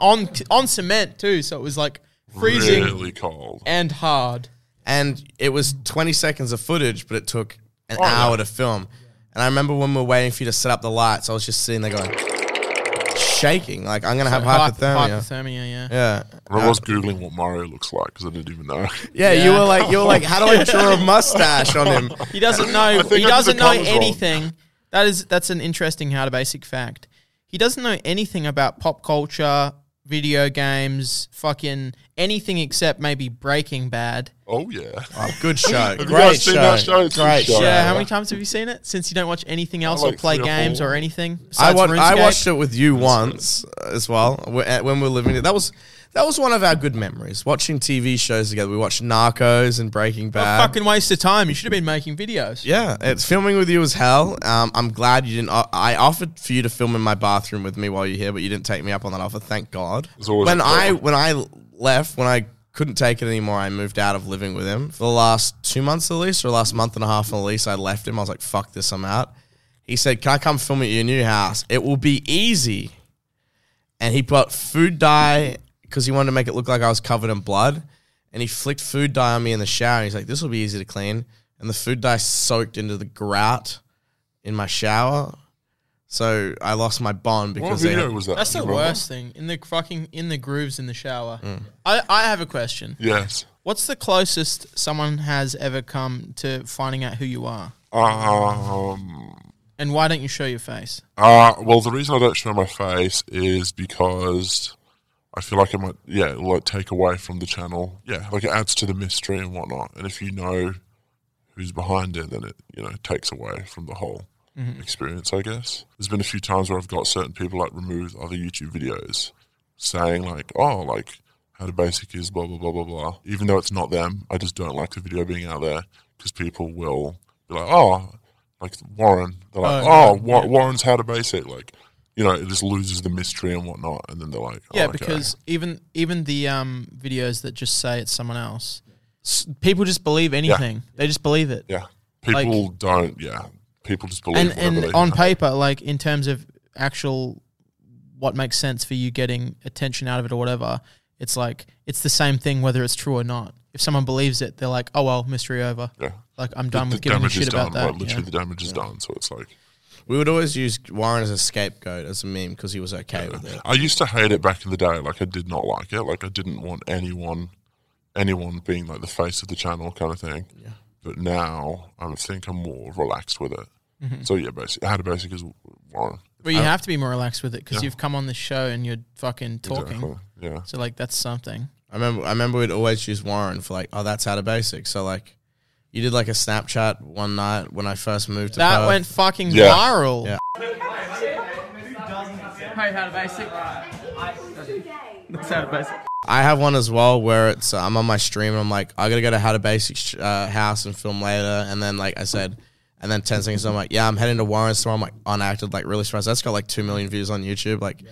S2: On on cement too, so it was like freezing
S3: Really cold.
S2: and hard.
S1: and it was 20 seconds of footage, but it took an
S3: Oh,
S1: hour to film. And I remember when we were waiting for you to set up the lights, I was just sitting there going, shaking, like I'm gonna have
S2: Hyp-
S1: hypothermia.
S2: Hypothermia, yeah.
S1: yeah.
S3: I was googling what Mario looks like because I didn't even know.
S1: yeah, you
S2: Yeah.
S1: were like, you were like, how do I draw a mustache on him?
S2: He doesn't know.
S3: think I
S2: He
S3: did the
S2: doesn't know
S3: colours wrong.
S2: anything. That is that's an interesting how to basic fact. He doesn't know anything about pop culture, video games, fucking anything except maybe Breaking Bad.
S3: Oh yeah,
S1: Good show,
S3: you
S1: great
S3: guys seen
S1: show,
S3: that show? It's a
S1: great
S3: show.
S1: show.
S2: Yeah,
S3: Oh, Yeah.
S2: how many times have you seen it? Since you don't watch anything else or
S3: like
S2: play
S3: three or
S2: games
S3: four.
S2: or anything.
S1: I,
S2: besides
S1: wa- I
S2: RuneScape?
S1: watched it with you once uh, as well wh- uh, when we were living. That was that was one of our good memories. Watching TV shows together. We watched Narcos and Breaking Bad.
S2: fucking waste of time. You should have been making videos.
S1: Uh, Yeah, it's filming with you as hell. Um, I'm glad you didn't. I- I offered for you to film in my bathroom with me while you're here, but you didn't take me up on that offer. Thank God.
S3: It's always
S1: when
S3: a
S1: I
S3: problem.
S1: when I left, when I couldn't take it anymore, I moved out of living with him for the last two months at least, or last month and a half at least. I left him. I was like, "Fuck this, I'm out." He said, "Can I come film at your new house? It will be easy." And he put food dye because he wanted to make it look like I was covered in blood. And he flicked food dye on me in the shower. And he's like, "This will be easy to clean." And the food dye soaked into the grout in my shower, so I lost my bond
S3: What
S1: because they
S3: video was that?
S2: That's
S3: Do
S2: the
S3: you remember?
S2: worst thing in the fucking in the grooves in the shower. I, I have a question.
S3: Yes.
S2: What's the closest someone has ever come to finding out who you are,
S3: Um.
S2: and why don't you show your face?
S3: Uh, well, the reason I don't show my face is because I feel like it might, yeah, it'll, like take away from the channel. Yeah, like it adds to the mystery and whatnot. And if you know who's behind it, then it, you know, takes away from the whole
S2: Mm-hmm.
S3: experience, I guess. There's been a few times where I've got certain people like remove other YouTube videos saying, like, oh, like, how the basic is, blah, blah, blah, blah, blah. Even though it's not them, I just don't like the video being out there because people will be like, oh, like Warren. They're like,
S2: Oh,
S3: oh,
S2: yeah.
S3: Wa- Warren's how to basic. Like, you know, it just loses the mystery and whatnot. And then they're like, oh,
S2: Yeah,
S3: okay.
S2: because even even the um, videos that just say it's someone else, s- people just believe anything. They just believe it.
S3: yeah, people don't. Yeah, people just believe.
S2: and
S3: whatever
S2: and
S3: they
S2: on
S3: hear.
S2: paper, like in terms of actual what makes sense for you getting attention out of it or whatever, it's like it's the same thing whether it's true or not. If someone believes it, they're like, "Oh well, mystery over."
S3: yeah,
S2: Like I'm
S3: the,
S2: done
S3: the
S2: with giving a
S3: damage is
S2: shit
S3: done.
S2: about that.
S3: Like, literally,
S2: yeah.
S3: the damage is done. So it's like,
S1: We would always use Warren as a scapegoat as a meme because he was okay with it.
S3: I used to hate it back in the day. Like, I did not like it. Like, I didn't want anyone, anyone being like the face of the channel kind of thing. Yeah. But now I think I'm more relaxed with it.
S2: Mm-hmm.
S3: So yeah, basically, how to basic is Warren.
S2: But you have to be more relaxed with it because
S3: Uh, Yeah.
S2: you've come on this show and you're fucking talking.
S3: Exactly. Yeah.
S2: So like that's something.
S1: I remember I remember we'd always use Warren for like, oh, that's how to basic. So like, you did like a Snapchat one night when I first moved to
S2: That
S1: Perth.
S2: went fucking
S3: Yeah.
S2: viral.
S1: Yeah.
S4: Hey, how to basic. That's how to basic.
S1: I have one as well where it's uh, I'm on my stream and I'm like, I gotta go to how to basics uh, house and film later, and then like I said. And then 10 seconds, I'm like, yeah, I'm heading to Warren's tomorrow. I'm like, unacted, like, really surprised. That's got like 2 million views on YouTube. Like,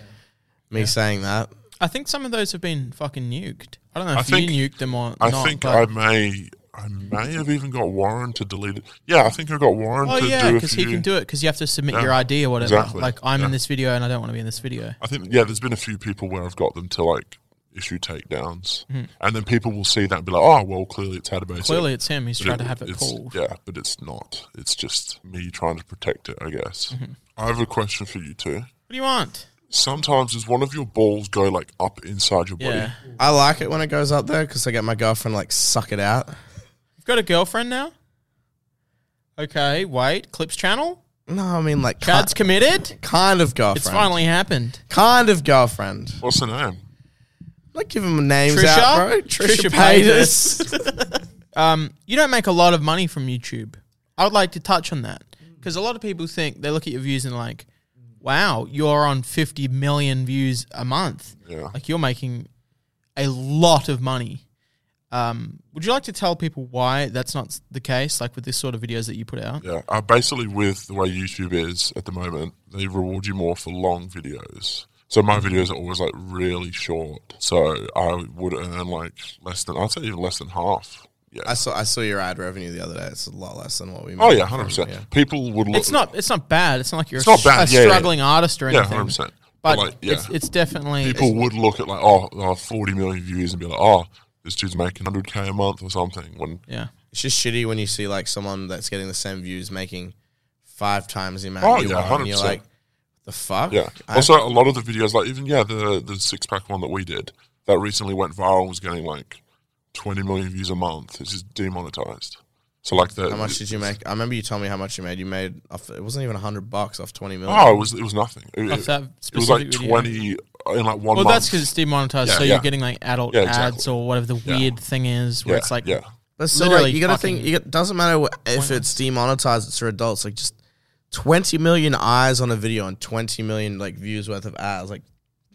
S1: me saying that.
S2: I think some of those have been fucking nuked. I don't know
S3: I
S2: if
S3: think-
S2: you nuked them or
S3: I
S2: not.
S3: think
S2: but-
S3: I may, I may have even got Warren to delete it. Yeah, I think I got Warren
S2: Oh
S3: to
S2: yeah,
S3: do a
S2: because he
S3: few.
S2: can do it because you have to submit
S3: Yeah.
S2: your ID or whatever.
S3: Exactly.
S2: Like I'm in
S3: Yeah.
S2: this video and I don't want to be in this video.
S3: I think yeah, there's been a few people where I've got them to like issue takedowns, and then people will see that and be like, oh, well, clearly it's had a basic.
S2: Hmm. Clearly, it's him. He's
S3: But
S2: trying to have it
S3: it's-
S2: pulled.
S3: Yeah, but it's not. It's just me trying to protect it, I guess.
S2: Hmm.
S3: I have a question for you too.
S2: What do you want?
S3: Sometimes does one of your balls go like up inside your body?
S2: Yeah,
S1: I like it when it goes up there because I get my girlfriend, like, suck it out.
S2: you've got a girlfriend now. Okay, wait. Clips channel.
S1: No, I mean, like,
S2: Chad's
S1: ki-
S2: committed.
S1: kind of girlfriend.
S2: It's finally happened.
S1: kind of girlfriend.
S3: What's the name?
S1: Like give him names
S2: Trisha,
S1: out, bro. Trisha, Paytas.
S2: um, you don't make a lot of money from YouTube. I would like to touch on that
S3: Mm.
S2: because a lot of people think they look at your views and like, wow, you're on 50 million views a month.
S3: Yeah.
S2: Like you're making a lot of money. Um, would you like to tell people why that's not the case? Like with this sort of videos that you put out?
S3: Yeah. Uh, basically, with the way YouTube is at the moment, they reward you more for long videos. So my
S2: Hmm.
S3: videos are always like really short. So I would earn like less than, I'd say even less than half. Yeah.
S1: I saw I saw your ad revenue the other day. It's a lot less than what we.
S3: oh,
S1: made
S3: yeah,
S1: from
S3: 100%.
S1: it, yeah.
S3: People would look.
S2: It's not. It's not bad. It's not like you're
S3: It's
S2: a,
S3: not
S2: str-
S3: bad,
S2: a
S3: yeah, yeah.
S2: struggling artist or
S3: Yeah,
S2: anything.
S3: 100%.
S2: But
S3: But, like, yeah.
S2: it's, it's definitely
S3: people would look at like, oh, oh, 40 million views and be like, oh, this dude's making 100K a month or something. When
S2: yeah.
S1: It's just shitty when you see like someone that's getting the same views making five times the amount.
S3: Oh,
S1: you
S3: yeah,
S1: are, and you're
S3: 100%.
S1: like, the fuck.
S3: Yeah.
S1: I-
S3: also, a lot of the videos, like even yeah, the the six pack one that we did that recently went viral and was getting like twenty million views a month. It's just demonetized. So like the
S1: how much did you make? I remember you told me how much you made. You made off, it wasn't even hundred bucks off twenty million.
S3: Oh, it was it was nothing. It,
S2: Off
S3: it-
S2: that
S3: it was like
S2: specific video.
S3: twenty in like
S2: Well,
S3: one. month.
S2: that's because it's demonetized,
S3: Yeah,
S2: so
S3: yeah.
S2: you're getting like adult
S3: Yeah,
S2: ads
S3: exactly.
S2: or whatever the
S3: Yeah.
S2: weird thing is, where
S3: yeah,
S2: it's like
S3: yeah.
S1: But still,
S2: Literally
S1: like, you gotta
S2: fucking
S1: think. You got, doesn't matter wh- if it's demonetized. It's for adults. Like just twenty million eyes on a video and twenty million like views worth of ads. Like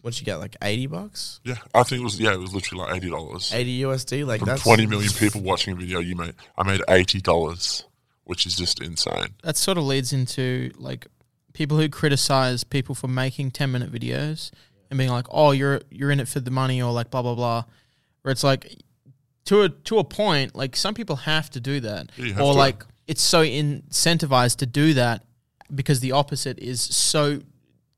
S1: What'd you get? Like eighty bucks,
S3: Yeah, I think it was. Yeah, it was literally like eighty dollars.
S1: eighty USD. Like
S3: From
S1: that's
S3: twenty million people watching a video, you made I made eighty dollars, which is just insane.
S2: that sort of leads into like people who criticize people for making 10 minute videos and being like oh you're you're in it for the money or like blah blah blah where it's like to a to a point like some people have to do that
S3: Yeah, you have
S2: or
S3: to.
S2: like it's so incentivized to do that because the opposite is so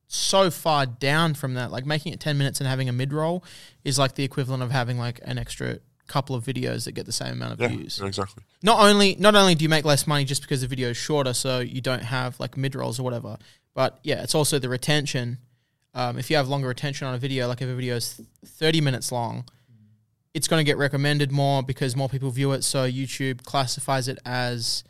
S2: so far down from that like making it 10 minutes and having a mid roll is like the equivalent of having like an extra couple of videos that get the same amount of
S3: Yeah,
S2: views
S3: yeah, exactly.
S2: not only not only do you make less money just because the video is shorter, so you don't have like mid rolls or whatever, but yeah, it's also the retention. Um, if you have longer retention on a video, like if a video is thirty minutes long, it's going to get recommended more because more people view it. So YouTube classifies it as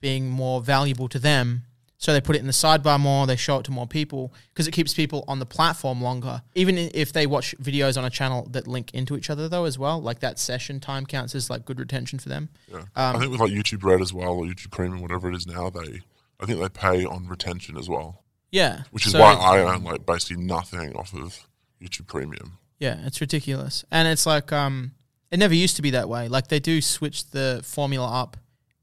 S2: being more valuable to them. So they put it in the sidebar more. They show it to more people because it keeps people on the platform longer. Even i- if they watch videos on a channel that link into each other, though, as well, like that session time counts as like good retention for them.
S3: Yeah, I think with like YouTube Red as well or YouTube Premium, whatever it is now, they I think they pay on retention as well,
S2: Yeah,
S3: which is
S2: So-
S3: why I earn like basically nothing off of YouTube Premium.
S2: Yeah, it's ridiculous, and it's like um, it never used to be that way. Like they do switch the formula up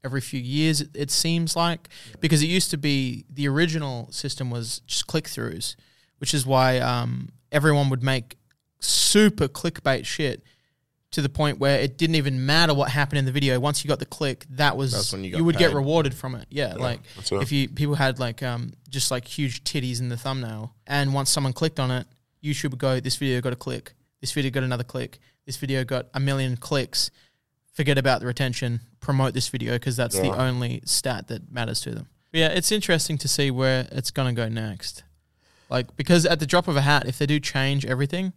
S2: every few years. It, it seems like because it used to be the original system was just click throughs, which is why um, everyone would make super clickbait shit to the point where it didn't even matter what happened in the video. Once you got the click, that was
S1: That's when you got
S2: would get
S1: paid.
S2: rewarded from it. Yeah, like
S3: that's it.
S2: if you people had like um just like huge titties in the thumbnail, and once someone clicked on it, YouTube would go, "This video got a click. This video got another click. This video got a million clicks." Forget about the retention. Promote this video because that's the
S3: Yeah.
S2: only stat that matters to them. Yeah, it's interesting to see where it's gonna go next. Like because at the drop of a hat, if they do change everything,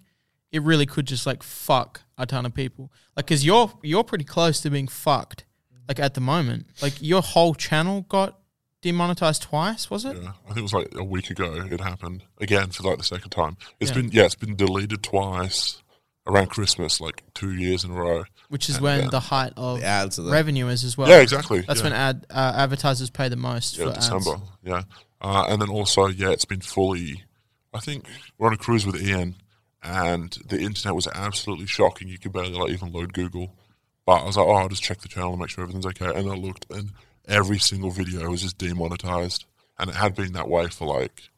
S2: it really could just like fuck a ton of people. Like, cause you're you're pretty close to being fucked. Like at the moment, like your whole channel got demonetized twice, was it?
S3: Yeah, I think it was like a week ago it happened again for like the second time. It's
S2: Yeah.
S3: been yeah, it's been deleted twice around Christmas, like two years in a row.
S2: Which is when the height of
S1: The ads are the-
S2: revenue is as well.
S3: yeah, exactly.
S2: That's
S3: yeah.
S2: when ad uh, advertisers pay the most
S3: yeah,
S2: for
S3: December.
S2: ads.
S3: Yeah, uh, and then also yeah, it's been fully. I think we're on a cruise with Ian, and the internet was absolutely shocking. You could barely like even load Google. But I was like, oh, I'll just check the channel and make sure everything's okay. And I looked, and every single video was just demonetized, and it had been that way for like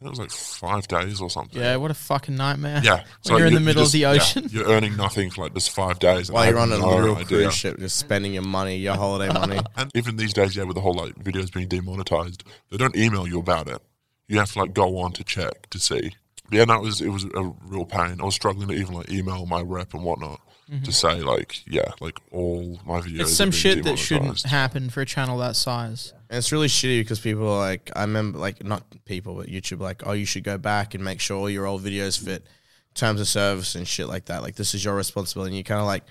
S3: I think it was like five days or something.
S2: Yeah, what a fucking nightmare.
S3: Yeah,
S2: when you're in the middle
S3: just-
S2: of the
S3: yeah,
S2: ocean.
S3: you're earning nothing for like just five days. and I
S1: While you're
S3: had
S1: on a
S3: no
S1: literal
S3: idea.
S1: cruise ship, just spending your money, your holiday money.
S3: And even these days, yeah, with the whole like videos being demonetized, they don't email you about it. You have to like go on to check to see. But yeah, that was it was a real pain. I was struggling to even like email my rep and whatnot to say like yeah, like all my videos.
S2: Mm-hmm. It's
S3: have
S2: some
S3: been
S2: shit that shouldn't
S3: demonetized.
S2: happen for a channel that size.
S1: And it's really shitty because people are like, I remember, like, not people, but YouTube, like, oh, you should go back and make sure all your old videos fit terms of service and shit like that. Like, this is your responsibility. And you're kind of like,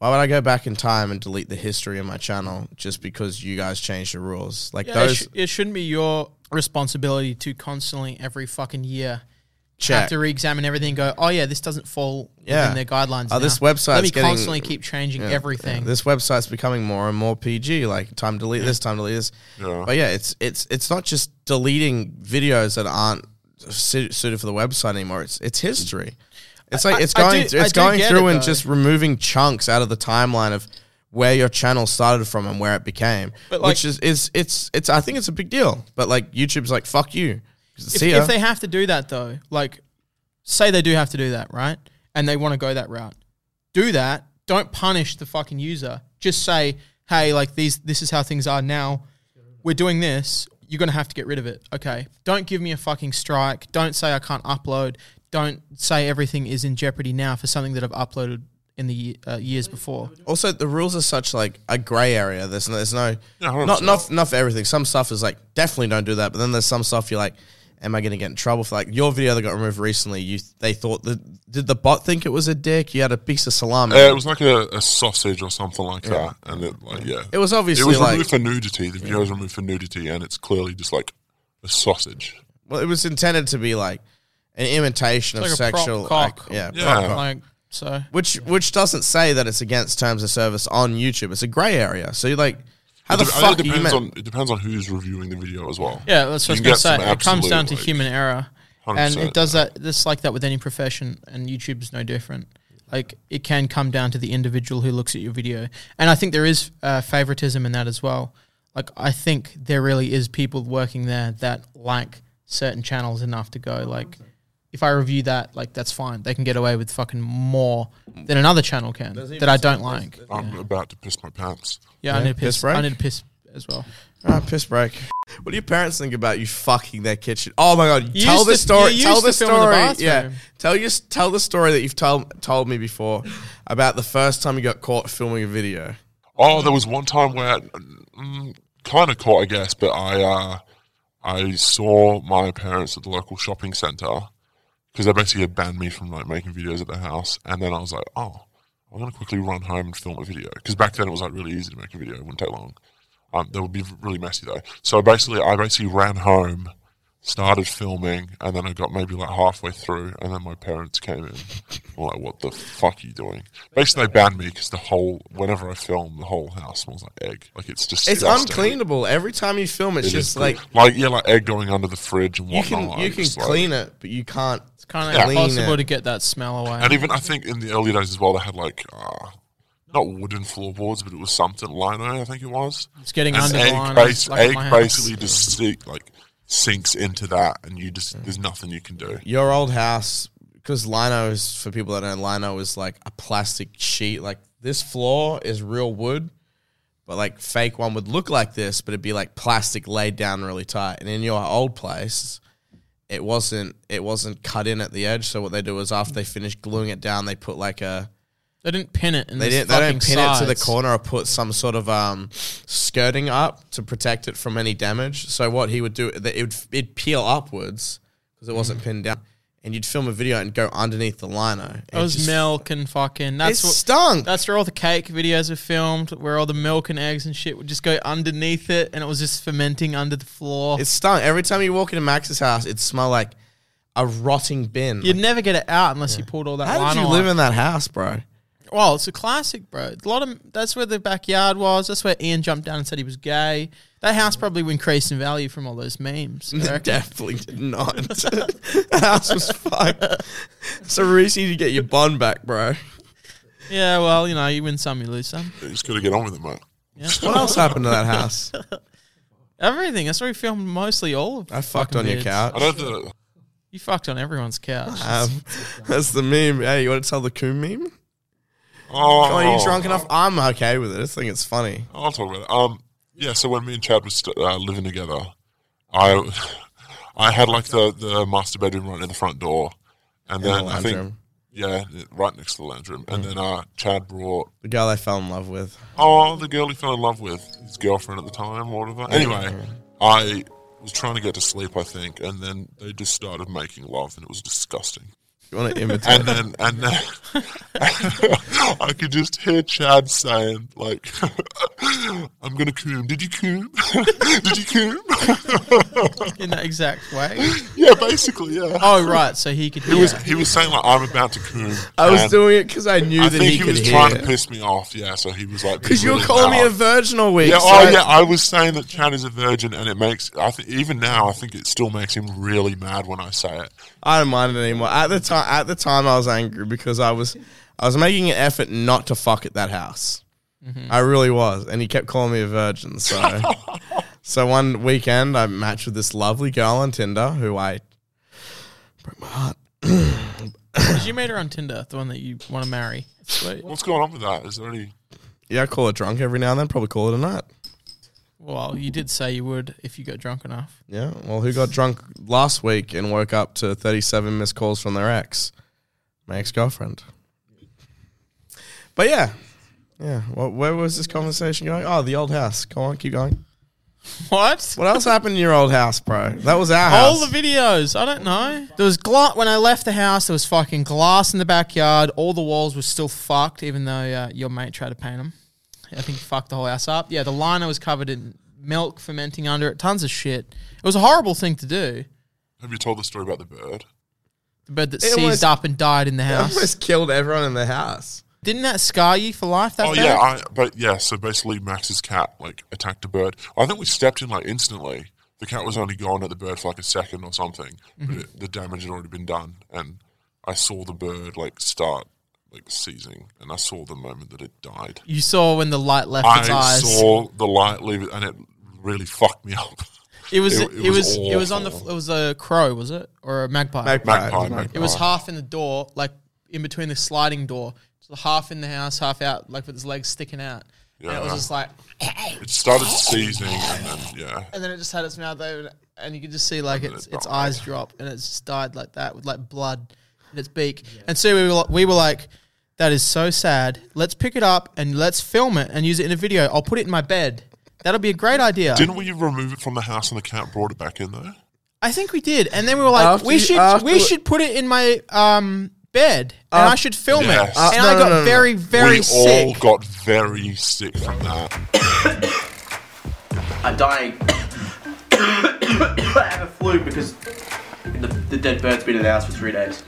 S1: why would I go back in time and delete the history of my channel just because you guys changed the rules? Like,
S2: Yeah, it,
S1: those
S2: sh- it shouldn't be your responsibility to constantly every fucking year have
S1: check.
S2: to re-examine everything. And go, oh yeah, this doesn't fall
S1: Yeah.
S2: within their guidelines.
S1: Oh,
S2: now.
S1: this website's
S2: Let me
S1: getting-
S2: constantly keep changing everything.
S1: This website's becoming more and more PG. Like time delete this, time delete this.
S3: Yeah.
S1: But yeah, it's it's it's not just deleting videos that aren't su- suited for the website anymore. It's it's history. It's like
S2: I-
S1: it's
S2: I
S1: going
S2: do- I
S1: it's
S2: do
S1: going
S2: get
S1: through
S2: it,
S1: and
S2: though.
S1: just removing chunks out of the timeline of where your channel started from and where it became.
S2: But, like-
S1: which is is it's it's I think it's a big deal. But like YouTube's like fuck you.
S2: if,
S1: See ya.
S2: if they have to do that though, like say they do have to do that, right? And they want to go that route. Do that. Don't punish the fucking user. Just say, hey, like these this is how things are now. We're doing this. You're gonna have to get rid of it. Okay. Don't give me a fucking strike. Don't say I can't upload. Don't say everything is in jeopardy now for something that I've uploaded in the ye- uh, years before.
S1: also the rules are such like a gray area. There's no, there's no
S3: Yeah,
S1: not
S3: 100%.
S1: not not for everything. Some stuff is like definitely don't do that, but then there's some stuff you're like, am I going to get in trouble for like your video that got removed recently? You they thought that did the bot think it was a dick? You had a piece of salami.
S3: Uh, it was like a, a sausage or something like that, and it like yeah,
S1: it was obviously
S3: it was
S1: like
S3: removed for nudity. The video was removed for nudity, and it's clearly just like a sausage.
S1: well, it was intended to be like an imitation
S2: It's
S1: of
S2: like a prop
S1: sexual
S2: cock.
S1: act- yeah,
S3: Yeah.
S1: prop cock.
S2: Like so.
S1: which which doesn't say that it's against terms of service on YouTube. It's a gray area. So you're like, how the
S3: I think
S1: fuck
S3: it
S1: are you
S3: depends
S1: meant?
S3: on it depends on who's reviewing the video as well.
S2: Yeah, that's what I was
S3: You
S2: gonna
S3: can get
S2: say.
S3: some
S2: It comes
S3: absolute,
S2: down to
S3: like-
S2: human error. and
S3: 100%.
S2: it does that. It's like that with any profession, and YouTube's no different. Like it can come down to the individual who looks at your video, and I think there is uh, favoritism in that as well. Like I think there really is people working there that like certain channels enough to go like. If I review that, like that's fine. They can get away with fucking more than another channel can that I don't like.
S3: I'm about to piss my pants.
S2: Yeah, I
S1: Yeah,
S2: need to
S1: piss
S2: piss.
S1: break?
S2: I need to piss as well.
S1: Ah, piss break. What do your parents think about you fucking their kitchen? Oh my god!
S2: You
S1: tell
S2: used
S1: the
S2: to-
S1: story.
S2: you
S1: Tell
S2: used
S1: the
S2: to film in the
S1: story.
S2: bathroom.
S1: yeah. Tell you. Tell the story that you've told told me before about the first time you got caught filming a video.
S3: Oh, there was one time where, mm, kind of caught, I guess, but I uh, I saw my parents at the local shopping centre because they basically had banned me from like making videos at their house, and then I was like, oh, I'm gonna quickly run home and film a video because back then it was like really easy to make a video; it wouldn't take long. Um, that would be really messy though. So basically, I basically ran home, started filming, and then I got maybe like halfway through, and then my parents came in. were like, "What the fuck are you doing?" Basically, they banned me because the whole whenever I film, the whole house smells like egg. Like it's just
S1: It's uncleanable. Every time you film, it's just like
S3: like yeah, like egg going under the fridge and
S1: you
S3: whatnot.
S1: can
S3: like,
S1: you can
S3: just, like-
S1: clean it, but you can't.
S2: It's kind
S1: Yeah.
S2: of
S1: Clean it.
S2: impossible to get that smell away.
S3: And even I think in the early days as well, they had like uh, not wooden floorboards, but it was something lino. I think it was.
S2: It's getting
S3: And
S2: under the
S3: egg,
S2: line.
S3: base,
S2: like at my
S3: egg
S2: house.
S3: basically just sink, like sinks into that, and you just there's nothing you can do.
S1: Your old house, because lino is for people that don't know, lino is like a plastic sheet. Like this floor is real wood, but like fake one would look like this, but it'd be like plastic laid down really tight. And in your old place, it wasn't it wasn't cut in at the edge. So what they do is after they finish gluing it down, they put like a
S2: They didn't pin it. In
S1: they
S2: this
S1: didn't they don't
S2: fucking
S1: pin it to the
S2: sides.
S1: corner or put some sort of um, skirting up to protect it from any damage. So what he would do, that it would it'd peel upwards because it
S2: Mm.
S1: wasn't pinned down, and you'd film a video and go underneath the lino. and
S2: It was
S1: just-
S2: milk and fucking.
S1: It
S2: That's what.
S1: stunk.
S2: That's where all the cake videos were filmed, where all the milk and eggs and shit would just go underneath it, and it was just fermenting under the floor.
S1: It stunk. Every time you walk into Max's house, it smelled like a rotting bin.
S2: You'd
S1: Like,
S2: never get it out unless you pulled all that.
S1: how did you
S2: lino
S1: live
S2: out.
S1: in that house, bro?
S2: Well, it's a classic, bro. A lot of that's where the backyard was. That's where Ian jumped down and said he was gay. That house probably increased in value from all those memes. I reckon.
S1: Definitely did not. the house was fucked. So easy to get your bond back, bro.
S2: yeah, well, you know, you win some, you lose some.
S3: You just got to get on with it, mate.
S1: What else happened to that house?
S2: Everything. That's where we filmed mostly all of.
S1: I fucked
S2: fucking
S1: on your
S2: vids.
S1: couch.
S3: I don't think
S2: You fucked on everyone's couch.
S1: Um, that's the meme. Hey, you want to tell the coon meme?
S3: Oh,
S1: Oh, are you drunk enough? I'm okay with it. I think it's funny.
S3: I'll talk about it. Um, yeah. So when me and Chad was st- uh, living together, I I had like the the master bedroom right near the front door, and
S1: In the
S3: then I
S1: lounge
S3: think
S1: room. Mm.
S3: yeah, right next to the lounge room, and then uh, Chad brought
S1: The girl I fell in love with.
S3: oh the girl he fell in love with, his girlfriend at the time or whatever. Anyway, I was trying to get to sleep, I think, and then they just started making love, and it was disgusting.
S1: You want to imitate?
S3: And then, and then I could just hear Chad saying, like, I'm going to coom. Did you coom? Did you coom?
S2: in that exact way.
S3: yeah, basically, yeah.
S2: Oh right, so he could hear.
S3: He was, he was saying, like, I'm about to coom.
S1: I was
S3: and
S1: doing it because I knew
S3: um, I
S1: that
S3: think
S1: he,
S3: he,
S1: could
S3: was
S1: hear.
S3: trying to piss me off, yeah. So he was like,
S1: Because you were
S3: really
S1: calling me a
S3: loud.
S1: virgin all week.
S3: Yeah,
S1: so
S3: oh
S1: I-
S3: yeah. I was saying that Chad is a virgin, and it makes. I think even now, I think it still makes him really mad when I say it.
S1: I don't mind it anymore. At the time, at the time, I was angry because I was, I was making an effort not to fuck at that house.
S3: Mm-hmm.
S1: I really was, and he kept calling me a virgin. So, so one weekend, I matched with this lovely girl on Tinder who I broke my heart.
S2: Did you meet her on Tinder, the one that you want to marry? Sweet.
S3: What's going on with that? Is there any?
S1: Yeah, I call her drunk every now and then. Probably call it a night.
S2: Well, you did say you would if you got drunk enough.
S1: Yeah. Well, who got drunk last week and woke up to 37 missed calls from their ex? My ex girlfriend. But yeah. Yeah. Well, where was this conversation going? Oh, the old house. Go on, keep going.
S2: What?
S1: What else happened in your old house, bro? That was our
S2: All
S1: house.
S2: the videos. I don't know. There was glass when I left the house. There was fucking glass in the backyard. All the walls were still fucked, even though uh, your mate tried to paint them. I think he fucked the whole house up. Yeah, the liner was covered in milk fermenting under it. Tons of shit. It was a horrible thing to do.
S3: Have you told the story about the bird?
S2: The bird that
S1: It
S2: seized
S1: almost-
S2: up and died in the
S1: I
S2: house.
S1: almost killed everyone in the house.
S2: Didn't that scar you for life? That
S3: Oh
S2: bad?
S3: yeah, I, but yeah. So basically, Max's cat like attacked a bird. I think we stepped in like instantly, the cat was only gone at the bird for like a second or something,
S2: Mm-hmm.
S3: but it, the damage had already been done, and I saw the bird like start like seizing, and I saw the moment that it died.
S2: You saw when the light left its
S3: I
S2: eyes.
S3: saw the light leave it, and it really fucked me up.
S2: it was
S3: it-
S2: it,
S3: it
S2: was
S3: was
S2: it was on the
S3: awful.
S2: it was a crow, was it or a magpie?
S1: Magpie.
S3: Magpie,
S2: It was
S3: Right.
S2: half in the door, like in between the sliding door, so half in the house, half out, like with his legs sticking out. And it was
S3: Yeah.
S2: just like,
S3: It started seizing, and then yeah,
S2: and then it just had its mouth open, and you could just see like
S3: then
S2: its
S3: it
S2: its
S3: died.
S2: eyes drop, and it's just died like that with like blood in its beak. And so we were like, we were like, that is so sad. Let's pick it up and let's film it and use it in a video. I'll put it in my bed. That'll be a great idea.
S3: didn't we remove it from the house and the cat brought it back in there?
S2: I think we did, and then we were like,
S1: After
S2: we
S1: you-
S2: should
S1: after
S2: we
S1: we-
S2: should put it in my um bed, and I should film
S3: Yes.
S2: it.
S3: Uh,
S2: and
S1: no,
S2: I
S1: no,
S2: got
S1: no, no.
S2: very very
S3: we all
S2: sick.
S3: got very sick from that.
S5: I'm dying. I have a flu because the, the dead bird's been in the house for three days.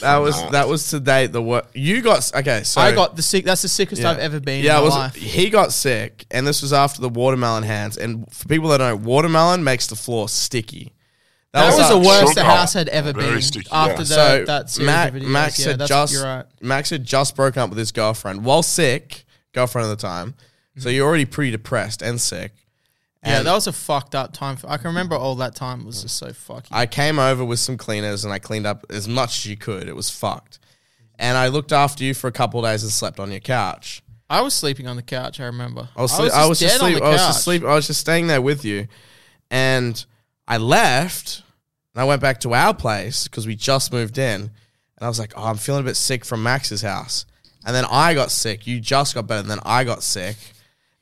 S1: That was that was today. The what you got? s- Okay, so
S2: I got the sick. That's the sickest
S1: Yeah.
S2: I've ever been.
S1: Yeah,
S2: in
S1: I
S2: my
S1: was.
S2: life.
S1: He got sick, and this was after the watermelon hands. And for people that don't, know, watermelon makes the floor sticky.
S2: That was
S1: our-
S2: the worst the
S3: Sugar.
S2: house had ever
S3: Very
S2: been
S3: sticky,
S2: after
S3: yeah.
S2: the, that series
S1: Ma-
S2: of videos.
S1: Max
S2: yeah,
S1: had
S2: that's,
S1: just
S2: you're right.
S1: Max had just broken up with his girlfriend while sick, girlfriend at the time. So you're already pretty depressed and sick.
S2: Yeah,
S1: And
S2: that was a fucked up time. For, I can remember all that time was just so fucking.
S1: I came over with some cleaners and I cleaned up as much as you could. It was fucked. And I looked after you for a couple of days and slept on your couch.
S2: I was sleeping on the couch. I remember.
S1: I was, sleep- I was just
S2: dead on
S1: sleep-
S2: the
S1: I was
S2: couch.
S1: just sleep. I was just staying there with you, and I left, and I went back to our place because we just moved in, and I was like, "Oh, I'm feeling a bit sick from Max's house," and then I got sick. You just got better, and then I got sick.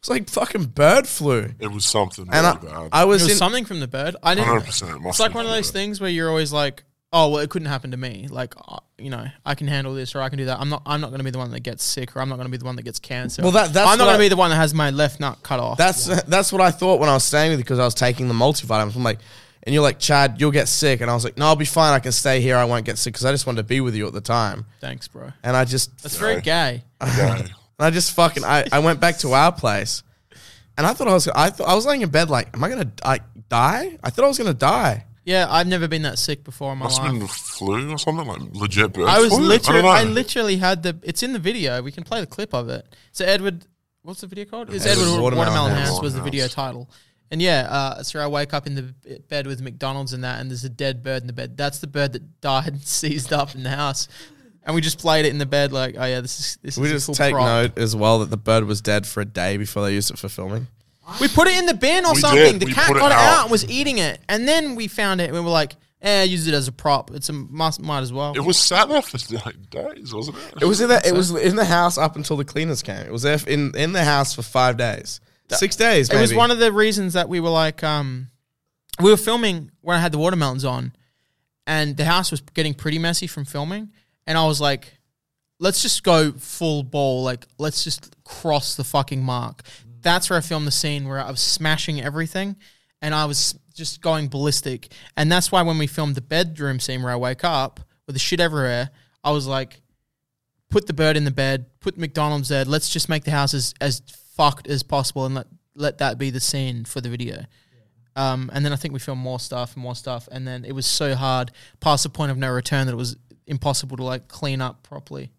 S1: It's like fucking bird flu,
S3: It was something really
S1: and I,
S3: bad.
S1: I
S2: It
S1: was,
S2: was
S1: in.
S2: something from the bird. I didn't.
S3: 100%.
S2: It's like one of those things where you're always like, oh well, it couldn't happen to me. Like, uh, you know, I can handle this or I can do that. I'm not. I'm not going to be the one that gets sick or I'm not going to be the one that gets cancer.
S1: Well, that- that's
S2: I'm not
S1: what
S2: going to
S1: I-
S2: be the one that has my left nut cut off.
S1: that's that's what I thought when I was staying with you because I was taking the multivitamins. I'm like. And you're like, Chad, you'll get sick. And I was like, no, I'll be fine. I can stay here. I won't get sick because I just wanted to be with you at the time.
S2: Thanks, bro.
S1: And I just
S2: That's very gay.
S3: Yeah.
S1: And I just fucking I, I went back to our place, and I thought I was I thought I was laying in bed like, am I gonna like die? I thought I was gonna die.
S2: Yeah, I've never been that sick before in my
S3: Must
S2: life.
S3: have been flu or something like legit bird
S2: I was
S3: flu.
S2: literally, I,
S3: don't know.
S2: literally had the. It's in the video. We can play the clip of it. So Edward, what's the video called? It's
S1: Edward's
S2: Edward
S1: Watermelon
S2: Watermelon,
S1: House.
S2: House, was the
S3: Watermelon
S2: video
S3: House.
S2: title. And yeah, uh, so I wake up in the b- bed with McDonald's and that, and there's a dead bird in the bed. That's the bird that died and seized up in the house. And we just played it in the bed, like, oh yeah, this is this
S1: We
S2: is
S1: just
S2: a cool
S1: take
S2: prop.
S1: note as well that the bird was dead for a day before they used it for filming.
S2: We put it in the bin or
S3: We
S2: something.
S3: did.
S2: The
S3: We
S2: cat
S3: put it
S2: got it out.
S3: out.
S2: and was eating it, and then we found it, and we were like, eh, use it as a prop. It's a must, might as well.
S3: It was sat there for like days, wasn't it?
S1: It was in the it was in the house up until the cleaners came. It was there in in the house for five days, six days.
S2: It was one of the reasons that we were like, um, we were filming when I had the watermelons on, and the house was getting pretty messy from filming, and I was like, let's just go full ball, like let's just cross the fucking mark. That's where I filmed the scene where I was smashing everything, and I was just going ballistic, and that's why when we filmed the bedroom scene where I wake up with the shit everywhere, I was like put the bird in the bed, put McDonald's there. Let's just make the house as, as fucked as possible and let, let that be the scene for the video. Um, and then I think we filmed more stuff and more stuff. And then it was so hard past the point of no return that it was impossible to like clean up properly.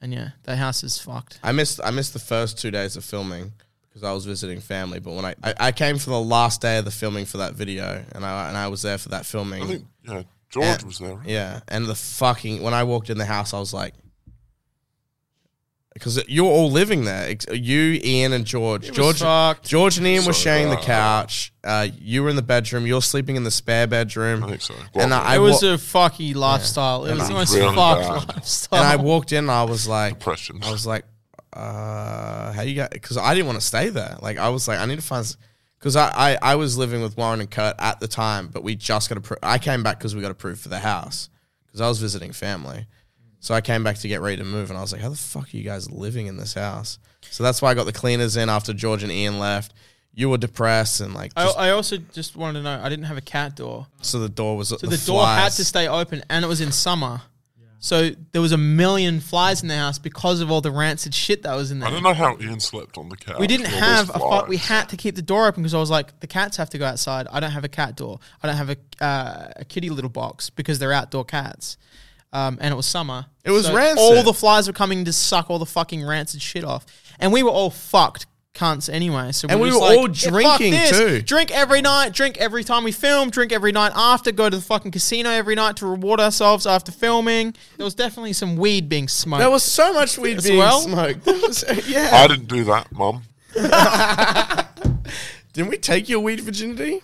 S2: And yeah, the house is fucked.
S1: I missed I missed the first two days of filming because I was visiting family. But when I, I I came for the last day of the filming for that video, and I and I was there for that filming.
S3: I think yeah, George
S1: And-
S3: was there. Right?
S1: Yeah, and the fucking when I walked in the house, I was like, because you're all living there. Ex- You, Ian, and George.
S2: was
S1: George,
S2: fucked.
S1: George and Ian were
S3: So
S1: sharing the
S3: bad.
S1: couch. Uh, you were in the bedroom. You're sleeping in the spare bedroom.
S3: I think so.
S1: and I, I
S2: It was
S1: wa-
S2: a fucky lifestyle. It was the most
S3: really
S2: fucked
S3: bad.
S2: lifestyle.
S1: and I walked in. and I was like,
S3: Depression.
S1: I was like, uh, how you got? Because I didn't want to stay there. Like I was like, I need to find. Because I, I I was living with Warren and Kurt at the time, but we just got approved. I came back because we got approved for the house because I was visiting family. So I came back to get ready to move, and I was like, how the fuck are you guys living in this house? So that's why I got the cleaners in after George and Ian left. You were depressed, and like,
S2: I,
S1: just,
S2: I also just wanted to know I didn't have a cat door.
S1: so the door was
S2: So the, door had to stay open and it was in summer. So there was a million flies in the house because of all the rancid shit that was in there.
S3: I don't know how Ian slept on the couch.
S1: Oh,
S2: We didn't
S3: with all
S2: have
S3: those
S2: a fight. We
S3: flies.
S2: had to keep the door open because I was like, the cats have to go outside. I don't have a cat door. I don't have a uh, a kitty little box because they're outdoor cats. Um, and it was summer.
S1: It was
S2: So
S1: rancid.
S2: All the flies were coming to suck all the fucking rancid shit off, and we were all fucked cunts anyway. So
S1: And we
S2: were just
S1: were
S2: like,
S1: all
S2: "Yeah,
S1: drinking
S2: fuck this.
S1: too."
S2: Drink every night. Drink every time we film. Drink every night after. Go to the fucking casino every night to reward ourselves after filming. There was definitely some weed being smoked.
S1: There was so much weed
S2: As
S1: being
S2: well?
S1: smoked. There was- yeah.
S3: I didn't do that, Mum.
S1: Didn't we take your weed virginity?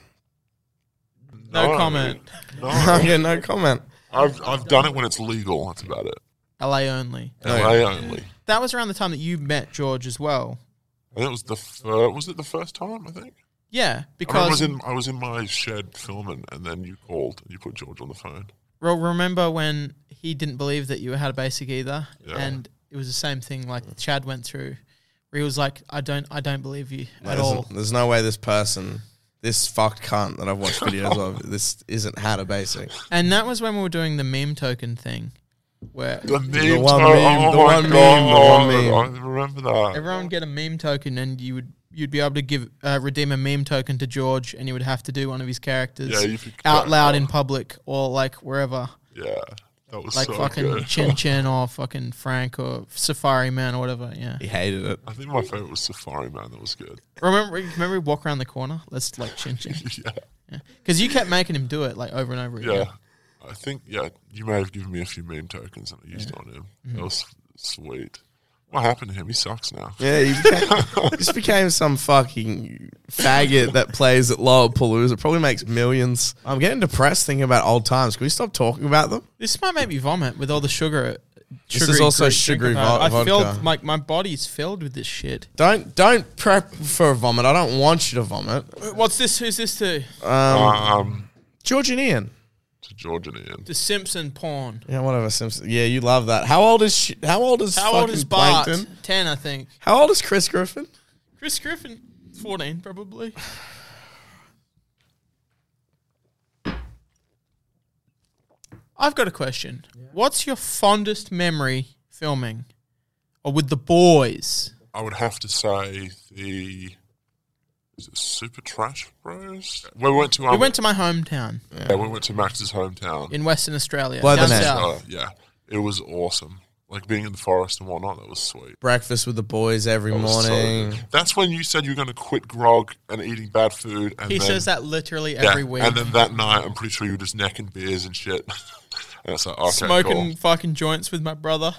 S2: no
S3: I
S2: comment.
S3: didn't.
S1: Oh,
S3: No,
S1: yeah, no comment.
S3: I've I've done it when it's legal. That's about it.
S2: LA only.
S1: No.
S3: LA only.
S2: That was around the time that you met George as well.
S3: I think it was the fir- was it the first time? I think
S2: Yeah,
S3: I, remember I
S2: because
S3: was in I was in my shed filming, and then you called and you put George on the phone.
S2: well, remember when he didn't believe that you had a basic either,
S3: Yeah.
S2: and it was the same thing like Chad went through, where he was like, "I don't, I don't believe you at
S1: There's-
S2: all."
S1: There's no way this person, this fucked cunt that I've watched videos of, this isn't how to basic.
S2: And that was when we were doing the meme token thing, where
S3: The meme,
S1: The one
S3: toe-
S1: meme,
S3: oh
S1: the
S3: my
S1: one meme, the
S3: God,
S1: one
S3: I remember that.
S2: everyone get a meme token, and you would you'd be able to give uh, redeem a meme token to George, and he would have to do one of his characters
S3: Yeah, you could
S2: out
S3: go-
S2: loud in public or like wherever.
S3: Yeah, that was
S2: like
S3: so
S2: fucking
S3: good.
S2: Chin Chin or fucking Frank or Safari Man or whatever. Yeah.
S1: He hated it.
S3: I think my favorite was Safari Man. That was good.
S2: Remember, remember, we walk around the corner. Let's like Chin Chin
S3: Yeah,
S2: because you kept making him do it like over and over again.
S3: yeah. I think yeah, you may have given me a few meme tokens and I used it on him.
S2: Mm-hmm.
S3: That was sweet. What happened to him? He sucks now.
S1: Yeah, he, became, he just became some fucking faggot that plays at Lollapalooza. Probably makes millions. I'm getting depressed thinking about old times. Can we stop talking about them?
S2: This might make me vomit with all the sugar. uh,
S1: This
S2: sugary
S1: is also
S2: drink-
S1: sugary
S2: drink I've had.
S1: vo-
S2: I feel
S1: vodka.
S2: like my body's filled with this shit.
S1: Don't don't prep for a vomit. I don't want you to vomit.
S2: Uh, What's this? Who's this to?
S3: Um,
S1: George and Ian.
S3: to George and Ian.
S2: The Simpson porn.
S1: Yeah, whatever. Simpson. Yeah, you love that. How old is sh- how old is
S2: How old is Bart?
S1: Plankton?
S2: Ten, I think.
S1: How old is Chris Griffin?
S2: Chris Griffin, fourteen probably. I've got a question. What's your fondest memory filming, or with the boys?
S3: I would have to say the is it Super Trash Bros? We went to um,
S2: We went to my hometown
S3: yeah, we went to Max's hometown.
S2: in Western Australia.
S1: Blow the
S2: down
S1: net.
S2: south.
S3: Uh, yeah, it was awesome. Like being in the forest and whatnot, that was sweet.
S1: Breakfast with the boys every
S3: That was Oh, so
S1: morning.
S3: good. That's when you said you were going to quit grog and eating bad food. And
S2: He
S3: then,
S2: says that literally
S3: yeah,
S2: every week.
S3: And then that night, I'm pretty sure you were just necking beers and shit. and it's like okay,
S2: Smoking
S3: cool.
S2: fucking joints with my brother.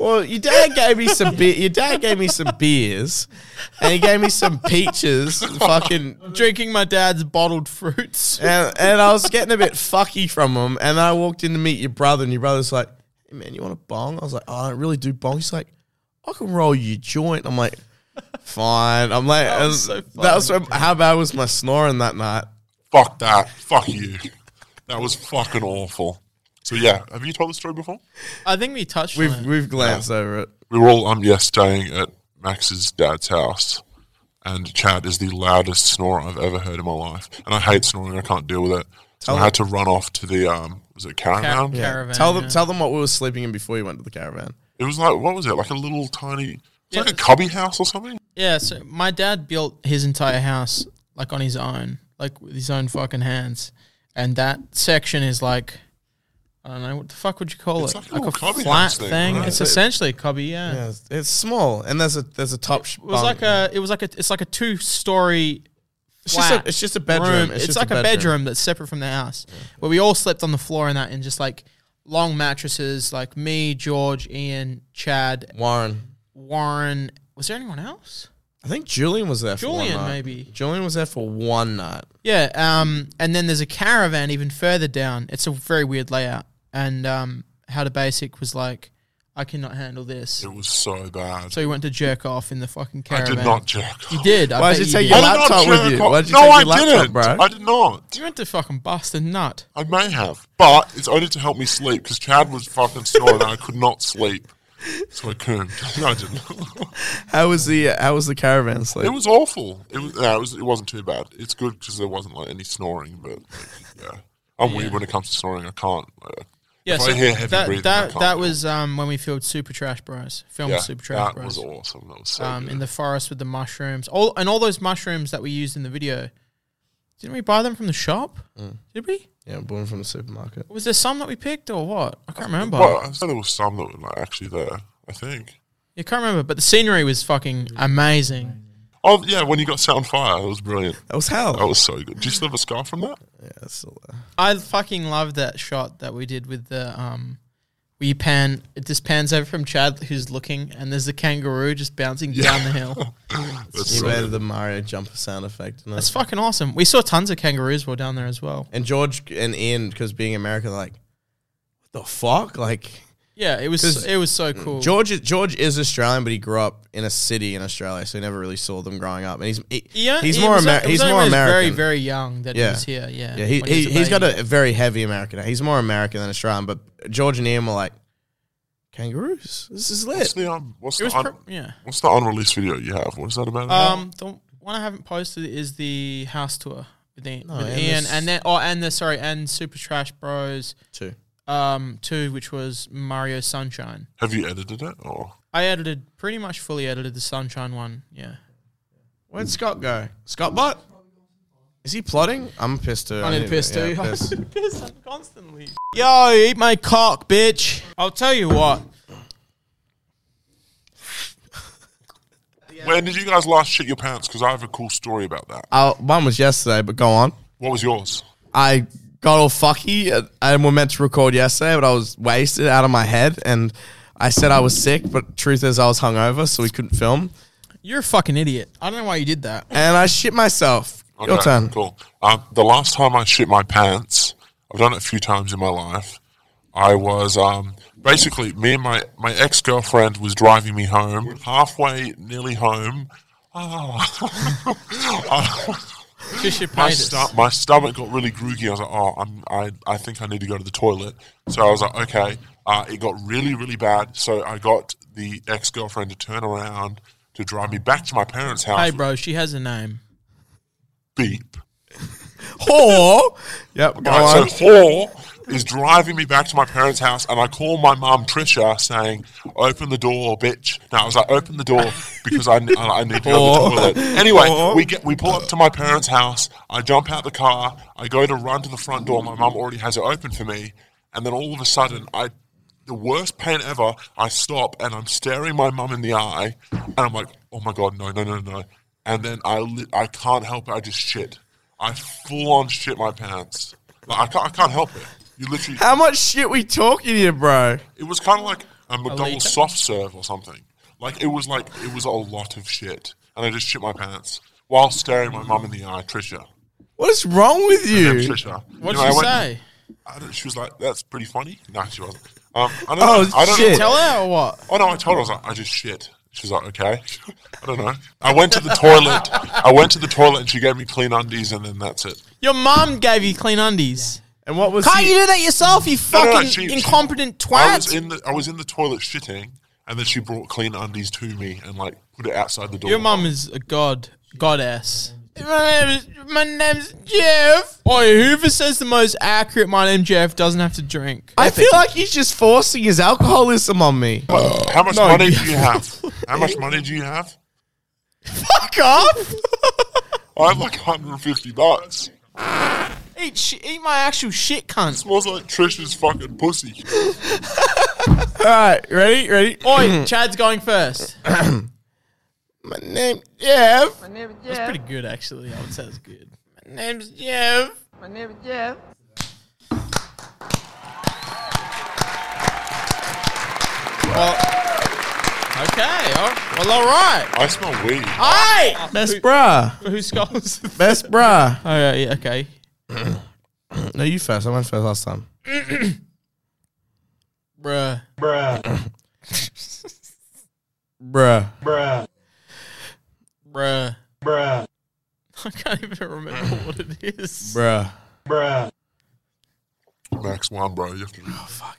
S1: Well, your dad gave me some beer. Your dad gave me some beers, and he gave me some peaches. Fucking
S2: Drinking my dad's bottled fruits.
S1: and, and I was getting a bit fucky from him. And then I walked in to meet your brother, and your brother's like, "Hey man, you want a bong?" I was like, oh, "I don't really do bong." He's like, "I can roll you a joint." I'm like, "Fine." I'm like, "That was,
S2: was so
S1: that was from- how bad was my snoring that night?"
S3: Fuck that. Fuck you. That was fucking awful. So yeah, have you told the story before?
S2: I think we touched on
S1: We've
S2: it.
S1: we've glanced over it.
S3: we were all um yeah staying at Max's dad's house, and Chad is the loudest snorer I've ever heard in my life, and I hate snoring. I can't deal with it. So I had to run off to the um was it caravan?
S2: Ca- Caravan,
S1: tell them
S2: yeah.
S1: tell them what we were sleeping in before you went to the caravan.
S3: It was like what was it like a little tiny it's like
S2: Yeah.
S3: a cubby house or something.
S2: Yeah, so my dad built his entire house like on his own, like with his own fucking hands. And that section is like I don't know what the fuck would you call
S3: It's
S2: it?
S3: like a little cubby
S2: flat
S3: house
S2: thing.
S3: thing, right?
S2: It's essentially a cubby, yeah.
S1: Yeah, it's, it's small, and there's a there's a top.
S2: It was like a it was like a it's like a two story
S1: It's just a, it's just a bedroom.
S2: It's,
S1: just
S2: like a bedroom. that's separate from the house, where we all slept on the floor and that, and just like long mattresses, like me, George, Ian, Chad,
S1: Warren.
S2: Warren. Was there anyone else?
S1: I think Julian was there for one
S2: Julian,
S1: night.
S2: maybe.
S1: Julian was there for one night.
S2: Yeah. Um, and then there's a caravan even further down. It's a very weird layout. And um, how to basic was like, I cannot handle this.
S3: It was so bad.
S2: So he went to jerk off in the fucking
S3: I
S2: caravan.
S3: did not Oh jerk.
S2: You did. I
S1: Why
S2: bet
S1: did you
S2: you
S1: take
S2: did.
S1: your
S3: I did
S1: laptop
S3: not
S1: with
S3: jerk
S1: you?
S3: off.
S1: Why'd you
S3: no,
S1: take your
S3: I
S1: laptop,
S3: didn't.
S1: bro?
S3: I did not.
S2: You went to fucking bust a nut.
S3: I may have, but it's only to help me sleep because Chad was fucking snoring and I could not sleep. So I cooned. No, I didn't.
S1: How was the uh, how was the caravan sleep?
S3: It was awful. It was, no, it was. It wasn't too bad. It's good because there wasn't like any snoring. But like, yeah, I'm weird when it comes to snoring. I can't. Like,
S2: Yeah,
S3: If I
S2: so
S3: hear heavy
S2: that
S3: breathing, I
S2: that,
S3: can't
S2: that
S3: do
S2: was um, when we filmed Super Trash Bros. Filmed
S3: yeah,
S2: Super Trash
S3: that
S2: Bros.
S3: was awesome. That was so
S2: um,
S3: good.
S2: in the forest with the mushrooms, all and all those mushrooms that we used in the video. Didn't we buy them from the shop?
S3: Mm.
S2: Did we?
S1: Yeah, born from the supermarket.
S2: Was there some that we picked or what? I can't remember.
S3: well, I said there was some that were like actually there. I think.
S2: I can't remember, but the scenery was fucking amazing.
S3: Oh yeah, when you got set on fire, that was brilliant.
S1: That was hell.
S3: That was so good. Do you still have a scar from that?
S1: Yeah, it's still there.
S2: I fucking love that shot that we did with the um, where you pan it just pans over from Chad who's looking, and there's the kangaroo just bouncing down the hill.
S3: That's
S1: You
S3: so
S1: made
S3: good.
S1: the Mario jumper sound effect. didn't it?
S2: That's fucking awesome. We saw tons of kangaroos while down there as well.
S1: and George and Ian, because being American, like, what the fuck? Like,
S2: Yeah, it was
S1: 'Cause
S2: it was
S1: Mm.
S2: so cool.
S1: George is, George is Australian, but he grew up in a city in Australia, so he never really saw them growing up. And he's he,
S2: Yeah,
S1: he's
S2: he
S1: more
S2: was-
S1: Amer-
S2: it was
S1: he's
S2: only
S1: more
S2: when he was
S1: American.
S2: Very very young that
S1: Yeah.
S2: he was here. Yeah,
S1: yeah, he,
S2: when
S1: he,
S2: was
S1: he's got
S2: baby.
S1: a very heavy American. He's more American than Australian, but George and Ian were like kangaroos. This is
S3: What's
S1: lit.
S3: the um, what's
S2: It was
S3: the, un-
S2: pr- yeah.
S3: what's the unreleased video you have? What is that about?
S2: Um, the one I haven't posted is the house tour with, Ian,
S1: No,
S2: with
S1: and
S2: Ian,
S1: this-
S2: and then oh, and the sorry, and Super Trash Bros.
S1: Too.
S2: Um, two, which was Mario Sunshine.
S3: have you edited it or?
S2: I edited pretty much fully edited the Sunshine one. Yeah,
S1: Where'd Scott go? Scott Bot? Is he plotting? I'm pissed too.
S2: I'm in
S1: need-
S2: piss
S1: yeah,
S2: too.
S1: piss.
S2: I'm pissed. I'm constantly. Yo, eat my cock, bitch. I'll tell you what.
S3: When did you guys last shit your pants? Because I have a cool story about that.
S1: Uh, mine was yesterday, but go on.
S3: What was yours?
S1: I got all fucky uh, and we are meant to record yesterday, but I was wasted out of my head and I said I was sick, but truth is I was hungover, so we couldn't film.
S2: You're a fucking idiot. I don't know why you did that.
S1: And I shit myself. Your
S3: Okay,
S1: turn.
S3: Cool. Um, the last time I shit my pants, I've done it a few times in my life. I was um, basically me and my my ex girlfriend was driving me home, halfway, nearly home. Ah.
S2: Just your
S3: my,
S2: penis.
S3: sto- my stomach got really groogy. I was like, oh, I'm, I, I think I need to go to the toilet. So I was like, okay. Uh, it got really, really bad. So I got the ex girlfriend to turn around to drive me back to my parents' house.
S2: Hey, bro, she has a name.
S3: Beep.
S1: Whore. Yep, go
S3: Right,
S1: on.
S3: so whore is driving me back to my parents' house, and I call my mum Trisha saying, "Open the door, bitch." Now I was like, "Open the door," because I, I I need to go to the
S1: Whore.
S3: toilet. Anyway,
S1: Whore.
S3: we get we pull up to my parents' house. I jump out the car. I go to run to the front door. My mum already has it open for me, and then all of a sudden, I the worst pain ever. I stop and I'm staring my mum in the eye, and I'm like, "Oh my god, no, no, no, no!" And then I li- I can't help it. I just shit. I full on shit my pants. Like, I can't I can't help it. You literally.
S1: How much shit we talking here, bro?
S3: It was kind of like a McDonald's
S2: liter?
S3: soft serve or something. Like it was like it was a lot of shit, and I just shit my pants while staring my mum in the eye, Trisha.
S1: What is wrong with
S3: Yeah,
S1: you?
S3: Trisha.
S2: What'd
S3: You know, I
S2: she
S3: went-
S2: say?
S3: I don't, she was like, "That's pretty funny." No, she wasn't. Um, I don't
S1: Oh,
S3: know. I don't
S1: shit.
S3: Know.
S2: Tell her or what?
S3: Oh no, I told her. I was like, "I just shit." She was like, "Okay." I don't know. I went to the toilet. I went to the toilet, and she gave me clean undies, and then that's it.
S2: Your mom gave you clean undies.
S1: And what was
S2: Can't
S1: he-
S2: you do that yourself, you
S3: No, no,
S2: fucking
S3: no, she- she-
S2: incompetent
S3: I was
S2: twat?
S3: in the I was in the toilet shitting, and then she brought clean undies to me and like put it outside the door.
S2: Your mum is a god, goddess. My name's, my name's Jeff. Oi, whoever says the most accurate, my name Jeff, doesn't have to drink.
S1: I feel like he's just forcing his alcoholism on me.
S3: How much money do you have? How much money do you have?
S2: fuck off.
S3: I have like 150 bucks.
S2: eat, sh- eat my actual shit, cunt.
S3: Smells like Trisha's fucking pussy.
S1: All right, ready, ready.
S2: Oi, Chad's going first.
S1: My name, Jeff.
S2: That's pretty good, actually. I would say it's good. My name's Jeff. My name's Jeff. Well, okay. all- well, all right.
S3: I smell weed.
S2: Aye.
S1: Best bruh.
S2: Who scores? oh,
S1: Best bruh.
S2: yeah, yeah, okay.
S1: No, you first. I went first last time.
S2: Bruh.
S1: Bruh.
S2: Bruh. Bruh. I can't even remember what it is.
S1: Bruh.
S3: Max one, bro. You have to.
S1: Fuck.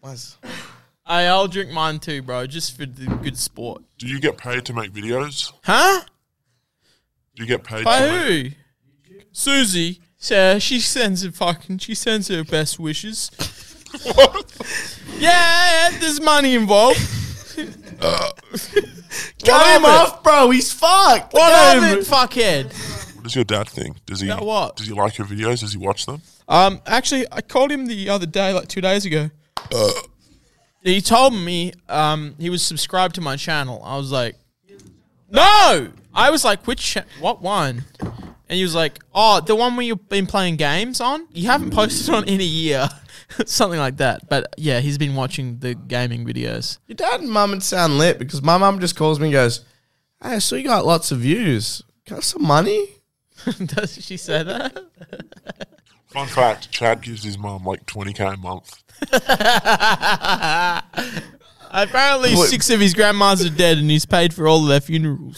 S1: What's
S2: Aye, I'll drink mine too, bro, just for the good sport.
S3: Do you get paid to make videos?
S2: Huh?
S3: Do you get paid?
S2: By
S3: to make-
S2: who? Susie. So she sends her fucking. She sends her best wishes. Yeah, there's money involved.
S1: Cut him
S2: Damn it.
S1: off, bro. He's fucked.
S2: Damn
S1: Damn
S2: it, fuckhead.
S3: What does your dad think? Does he
S2: About what?
S3: Does he like your videos? Does he watch them?
S2: Um, actually, I called him the other day, like two days ago. he told me um, he was subscribed to my channel. I was like, no. I was like, which, cha- what one? And he was like, oh, the one where you've been playing games on. You haven't posted on in a year, something like that. But yeah, he's been watching the gaming videos.
S1: Your dad and mum would sound lit because my mum just calls me and goes, Hey, so you got lots of views. Got some money?
S2: Does she say that?
S3: Fun fact: Chad gives his mum like twenty k a month.
S2: Apparently,
S1: What-
S2: six of his grandmas are dead, and he's paid for all of their funerals.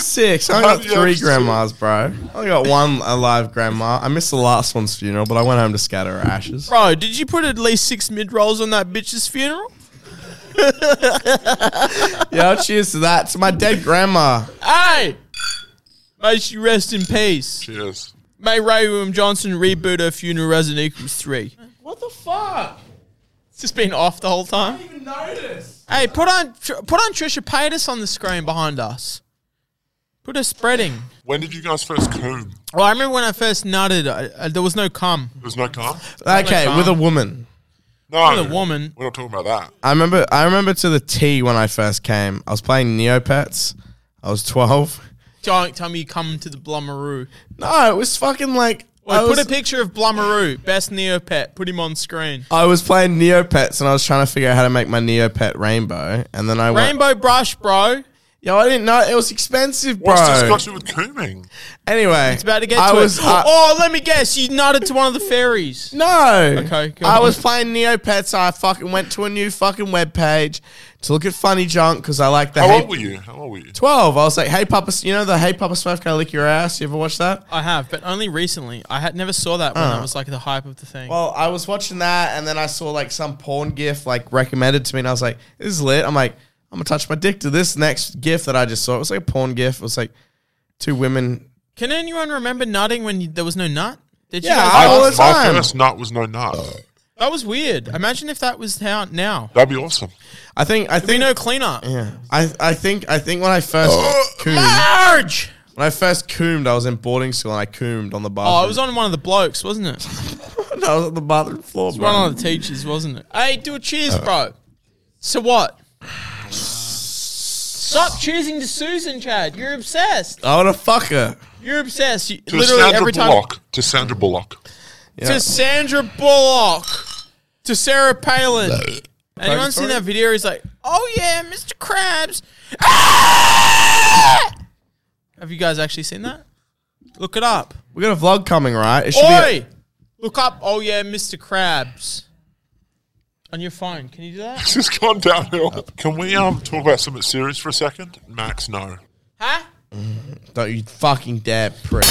S1: Six. I only got
S3: Yeah,
S1: three
S3: six.
S1: grandmas, bro. I only got one alive grandma. I missed the last one's funeral, but I went home to scatter her ashes.
S2: Bro, did you put at least six mid rolls on that bitch's funeral?
S1: Yo, cheers to that. To my dead grandma.
S2: Hey! May she rest in peace.
S3: Cheers.
S2: May Ray William Johnson reboot her funeral as an equals three.
S1: What the fuck?
S2: It's just been off the whole time.
S1: didn't even notice.
S2: Hey, put on Tr- put on Trisha Paytas on the screen behind us. Put her spreading.
S3: When did you guys first comb?
S2: Well, I remember when I first nutted, I, I, there was no cum.
S3: There was no cum.
S1: Okay, with a woman.
S3: No,
S2: With a woman.
S3: We're not talking about that.
S1: I remember I remember to the T when I first came. I was playing Neopets. I was twelve.
S2: Don't tell me you come to the Blummeroo.
S1: No, it was fucking like I
S2: Well,
S1: was,
S2: put a picture of Blummeroo, best Neopet. Put him on screen.
S1: I was playing Neopets and I was trying to figure out how to make my Neopet rainbow. And then I went,
S2: Rainbow brush, bro.
S1: yo, I didn't know it was expensive, bro.
S3: What's this got to do with cooming?
S1: Anyway,
S2: It's about to get
S1: I
S2: to
S1: was, uh,
S2: it.
S1: I-
S2: oh, let me guess. You nodded to one of the fairies.
S1: No.
S2: Okay, go
S1: I
S2: on.
S1: was playing Neopets. I fucking went to a new fucking webpage to look at funny junk because I like the
S3: How
S1: hey,
S3: old were you? How old were you?
S1: 12. I was like, hey, Papa, S- you know the Hey Papa Smurf, can I lick your ass? You ever watch that?
S2: I have, but only recently. I had never saw that when
S1: Ah.
S2: I was like the hype of the thing.
S1: Well, I was watching that and then I saw like some porn gif like recommended to me and I was like, this is lit. I'm like, I'm gonna touch my dick to this next gif that I just saw. It was like a porn gif. It was like two women.
S2: Can anyone remember nutting when you, there was no nut? Did you?
S1: Yeah,
S2: guys-
S1: I- all
S3: My-
S1: the
S3: my
S1: time.
S3: first nut was no nut.
S2: that was weird. Imagine if that was how now.
S3: That'd be awesome.
S1: I think I
S2: Be
S1: think
S2: no cleanup.
S1: yeah. I I think I think when I first coomed
S2: Marge.
S1: when I first coomed, I was in boarding school and I coomed on the bathroom.
S2: Oh, it was on one of the blokes, wasn't it? It
S1: I was on the bathroom floor,
S2: was one of the teachers, wasn't it? Hey, do a
S1: Uh.
S2: cheers, bro. So what? Stop choosing to Susan, Chad. You're obsessed.
S1: I want to fuck her.
S2: You're obsessed. You,
S3: To
S2: literally
S3: Sandra
S2: every time.
S3: Bullock. To Sandra Bullock.
S1: Yeah.
S2: to Sandra Bullock, to Sarah Palin. Anyone seen that video? He's like, "Oh yeah, Mr. Krabs." Ah! Have you guys actually seen that? Look it up.
S1: We got a vlog coming, right? It should be.
S2: Oi! Look up. Oh yeah, Mr. Krabs. On your phone, can you do that?
S3: This has gone downhill. Can we um talk about something serious for a second? Max, no.
S2: Huh?
S1: Don't you fucking dare, prick.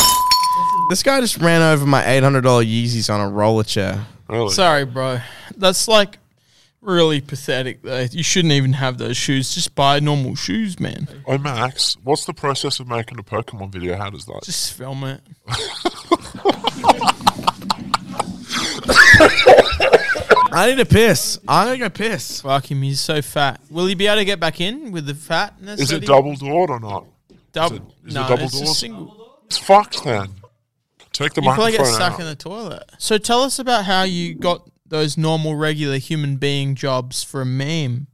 S1: This guy just ran over my eight hundred dollar Yeezys on a roller chair.
S3: Really?
S2: Sorry, bro. That's like really pathetic. Though. You shouldn't even have those shoes. Just buy normal shoes, man.
S3: oh, Max, what's the process of making a Pokemon video? How does that?
S2: Just film it.
S1: I need a piss. I'm gonna go piss.
S2: Fuck him, he's so fat. Will he be able to get back in with the fatness?
S3: is
S2: that
S3: it
S2: he-
S3: double doored or not?
S2: Double?
S3: is it- is
S2: no,
S3: it double
S2: it's a
S3: doors?
S2: single.
S3: It's fucked then. Take the
S2: You probably
S3: microphone
S2: get stuck
S3: out.
S2: in the toilet. So tell us about how you got those normal, regular human being jobs for a meme.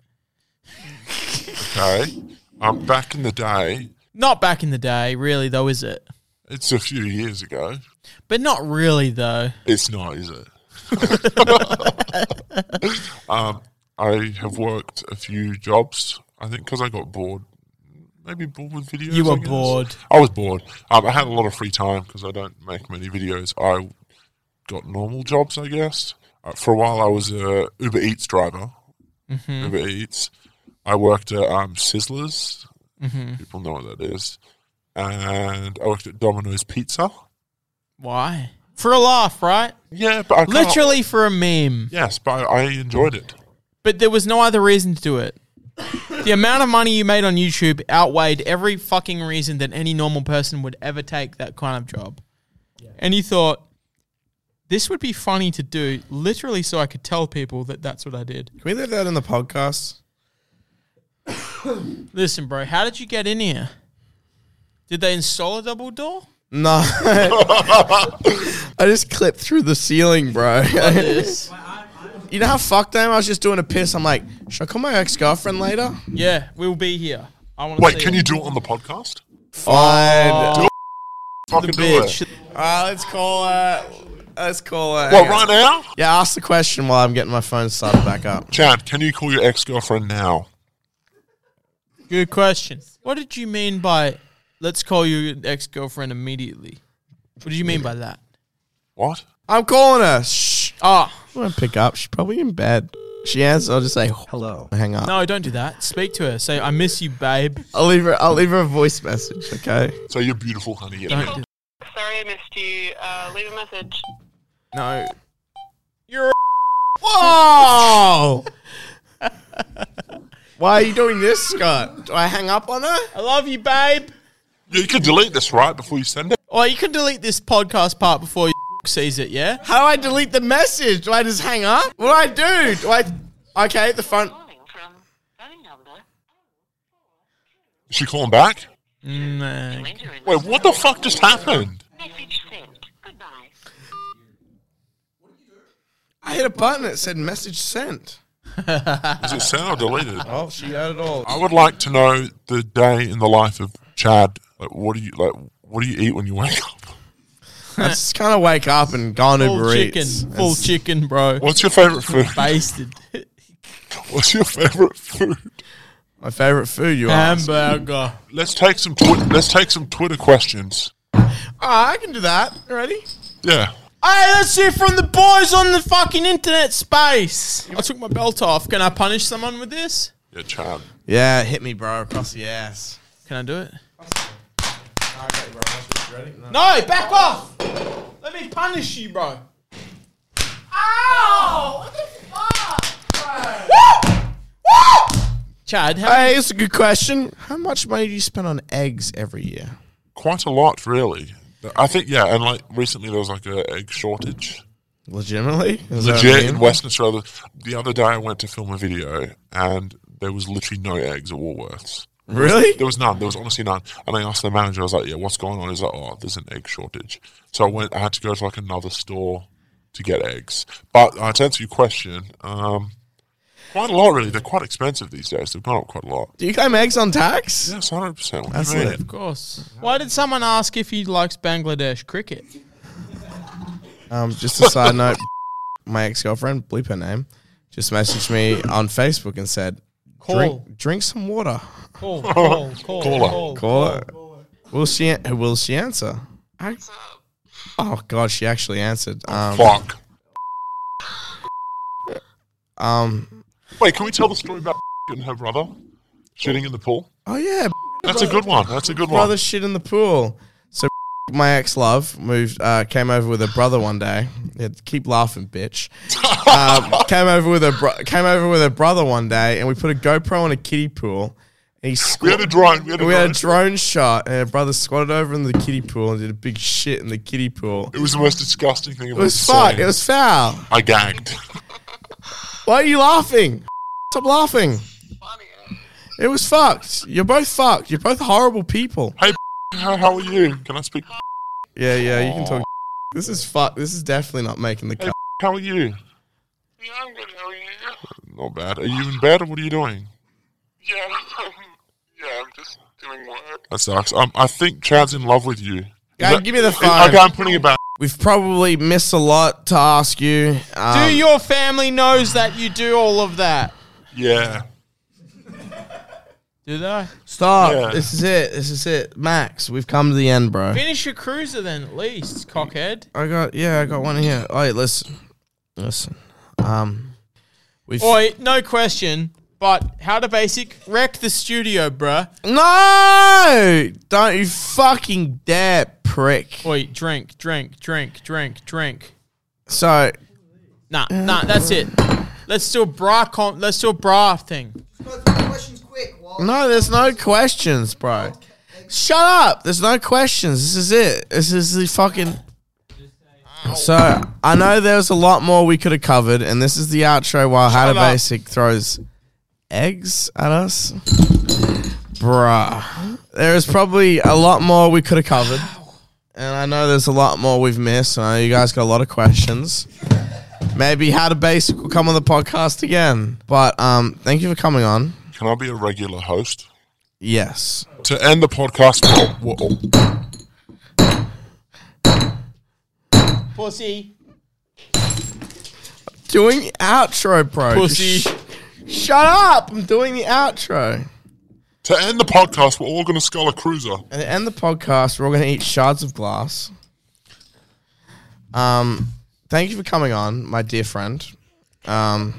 S3: okay. Um, back in the day,
S2: Not back in the day, really, though, is it?
S3: it's a few years ago.
S2: But not really, though.
S3: It's not, is it? um, I have worked a few jobs. I think because I got bored, maybe bored with videos.
S2: You were
S3: I guess.
S2: bored.
S3: I was bored. Um, I had a lot of free time because I don't make many videos. I got normal jobs, I guess. Uh, for a while, I was a Uber Eats driver.
S2: Mm-hmm.
S3: Uber Eats. I worked at um, Sizzlers.
S2: Mm-hmm.
S3: People know what that is. And I worked at Domino's Pizza.
S2: Why? For a laugh, right?
S3: Yeah, but I can't-
S2: Literally for a meme.
S3: Yes, but I enjoyed it.
S2: But there was no other reason to do it. the amount of money you made on YouTube outweighed every fucking reason that any normal person would ever take that kind of job. And you thought, This would be funny to do, literally, so I could tell people that that's what I did.
S1: Can we leave that in the podcast?
S2: Listen, bro, how did you get in here? Did they install a double door?
S1: No. I just clipped through the ceiling, bro.
S2: This.
S1: you know how fucked I am? I was just doing a piss. I'm like, should I call my ex girlfriend later?
S2: Yeah, we'll be here. I want to
S3: Wait, can you do it on the podcast?
S1: Fine.
S3: Fucking do it.
S2: bitch?
S1: Alright, Uh, let's call her. Let's call uh, her.
S3: What,
S1: Hang on.
S3: right now?
S1: Yeah, ask the question while I'm getting my phone started back up.
S3: Chad, can you call your ex girlfriend now?
S2: Good question. What did you mean by let's call your ex girlfriend immediately? What did you mean by that?
S3: What?
S1: I'm calling her. Shh.
S2: Ah,
S1: I won't pick up. She's probably in bed. She answers. I'll just say
S6: Hello.
S1: hang up.
S2: no, don't do that. Speak to her. Say, I miss you, babe.
S1: I'll leave her. I'll leave her a voice message. Okay.
S3: So you're beautiful, honey.
S2: Don't do
S7: Sorry I missed you. Uh, leave a message.
S1: No.
S2: You're
S1: Whoa! Why are you doing this, Scott? Do I hang up on her?
S2: I love you, babe.
S3: Yeah, you can delete this, right, before you send it.
S2: Well, you can delete this podcast part before you sees it, yeah?
S1: How do I delete the message? Do I just hang up? What do I do? Do I? Okay, the phone.
S7: Calling from phone number.
S3: Is she calling back?
S2: Nah.
S7: Enter in
S3: Wait, what the fuck just happened?
S7: message sent. Goodbye.
S1: I hit a button that said message sent.
S3: Is it sent or deleted?
S1: Oh, she heard it all.
S3: I would like to know the day in the life of Chad. Like, what do you like? What do you eat when you wake up?
S1: I just kind of wake up and go on
S2: Full
S1: Uber
S2: chicken.
S1: Eats.
S2: Full
S1: It's-
S2: chicken, bro.
S3: What's your favorite food?
S2: Basted.
S3: What's your favorite food?
S1: My favorite food, you asked.
S2: Hamburger.
S3: Let's take some. Twi- let's take some Twitter questions.
S1: Ah, I can do that. You ready?
S3: Yeah.
S2: Hey, let's hear from the boys on the fucking internet space. I took my belt off. Can I punish someone with this?
S3: Yeah, Chad.
S1: Yeah, hit me, bro, across the ass.
S2: Can I do it? No, back off. Let me punish you, bro. Chad, how
S1: Hey, it's a good question. How much money do you spend on eggs every year?
S3: Quite a lot, really. I think yeah, and like recently there was like a egg shortage.
S1: Legitimately? Is that what
S3: Legit
S1: I
S3: in
S1: mean?
S3: Western Australia. The other day I went to film a video and there was literally no eggs at Woolworths.
S1: Really?
S3: There was none. There was honestly none. And I asked the manager, I was like, yeah, what's going on? He's like, oh, there's an egg shortage. So I went, I had to go to like another store to get eggs. But uh, to answer your question, um, quite a lot really. They're quite expensive these days. They've gone up quite a lot.
S1: Do you claim eggs on tax?
S3: Yes, 100%. What
S1: That's
S3: do you
S1: lit.
S3: mean?
S2: Of course. Why did someone ask if he likes Bangladesh cricket?
S1: Um, just a side note, my ex girlfriend, bleep her name, just messaged me on Facebook and said,
S2: Call.
S1: drink, drink some water.
S2: Call, call, call,
S3: Call her.
S1: Call her. Will she, an- will she answer? I- oh, God, she actually answered. Um,
S3: Fuck.
S1: um,
S3: Wait, can we tell the story about and her brother shooting in the pool?
S1: oh, yeah,
S3: That's a good one. That's a good
S1: brother
S3: one.
S1: shit in the pool. So my ex love moved, uh, came over with her brother one day. Yeah, keep laughing, bitch. um, came over with her, bro- came over with her brother one day, and we put a GoPro on a kiddie pool. And he
S3: We
S1: squatted.
S3: had a drone. We had a
S1: We had
S3: drone.
S1: a drone shot, and her brother squatted over in the kiddie pool and did a big shit in the kiddie pool.
S3: It was the most disgusting thing I've
S1: It
S3: ever
S1: was fuck.
S3: seen.
S1: It was foul.
S3: I gagged.
S1: Why are you laughing? Stop laughing.
S7: Funny.
S1: It was fucked. You're both fucked. You're both horrible people.
S3: How, how are you? Can I speak?
S1: Yeah, yeah. You can
S2: Oh.
S1: talk. This is fuck. This is definitely not making the cut.
S3: How are you?
S7: Yeah, I'm good. How are you?
S3: Not bad. Are you in bed or what are you doing?
S7: Yeah, I'm, yeah, I'm just doing work.
S3: That sucks. Um, I think Chad's in love with you. Is
S1: Guy,
S3: that-
S1: give me the phone.
S3: Okay, I'm putting it back.
S1: We've probably missed a lot to ask you. Um,
S2: Do your family knows that you do all of that?
S3: Yeah.
S2: Do they?
S1: stop?
S3: Yeah.
S1: This is it. This is it, Max. We've come to the end, bro.
S2: Finish your cruiser then, at least, cockhead.
S1: I got yeah. I got one here. All right, listen, listen. Um, we've
S2: Oi, no question. But how to basic wreck the studio, bruh.
S1: No! Don't you fucking dare, prick.
S2: Oi, drink, drink, drink, drink, drink.
S1: So,
S2: Nah, nah, that's it. Let's do a bra con. Let's do a bra thing.
S1: no, there's no questions, bro. Shut up. There's no questions. This is it. This is the fucking. So I know there's a lot more we could have covered, and this is the outro while How to
S3: up.
S1: Basic throws eggs at us. Bruh. There is probably a lot more we could have covered. And I know there's a lot more we've missed. I know you guys got a lot of questions. Maybe How to Basic will come on the podcast again. But um, thank you for coming on.
S3: Can I be a regular host?
S1: Yes.
S3: To end the podcast, we're all-
S2: Pussy.
S1: Doing outro, bro.
S2: Pussy.
S1: Sh- shut up. I'm doing the outro.
S3: to end the podcast, we're all going to skull a cruiser.
S1: And to end the podcast, we're all going to eat shards of glass. Um, thank you for coming on, my dear friend. Um,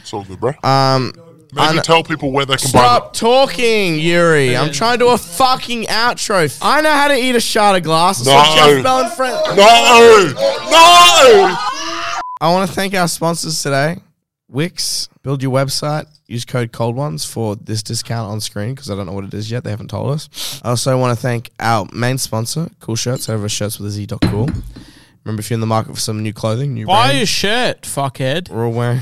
S3: It's all good, bro.
S1: um,
S3: Maybe
S1: un-
S3: tell people where they can buy
S1: stop talking, Yuri. I'm trying to do a fucking outro. I know how to eat a shard of glass. It's
S3: No.
S1: like Jeff Bell and friend.
S3: them. No, no.
S1: I want to thank our sponsors today Wix, build your website. Use code Cold Ones for this discount on screen because I don't know what it is yet. They haven't told us. I also want to thank our main sponsor, Cool Shirts, over at shirts with a Z dot cool. Remember, if you're in the market for some new clothing, new
S2: Buy
S1: brands,
S2: your shirt, fuckhead.
S1: we're all wearing.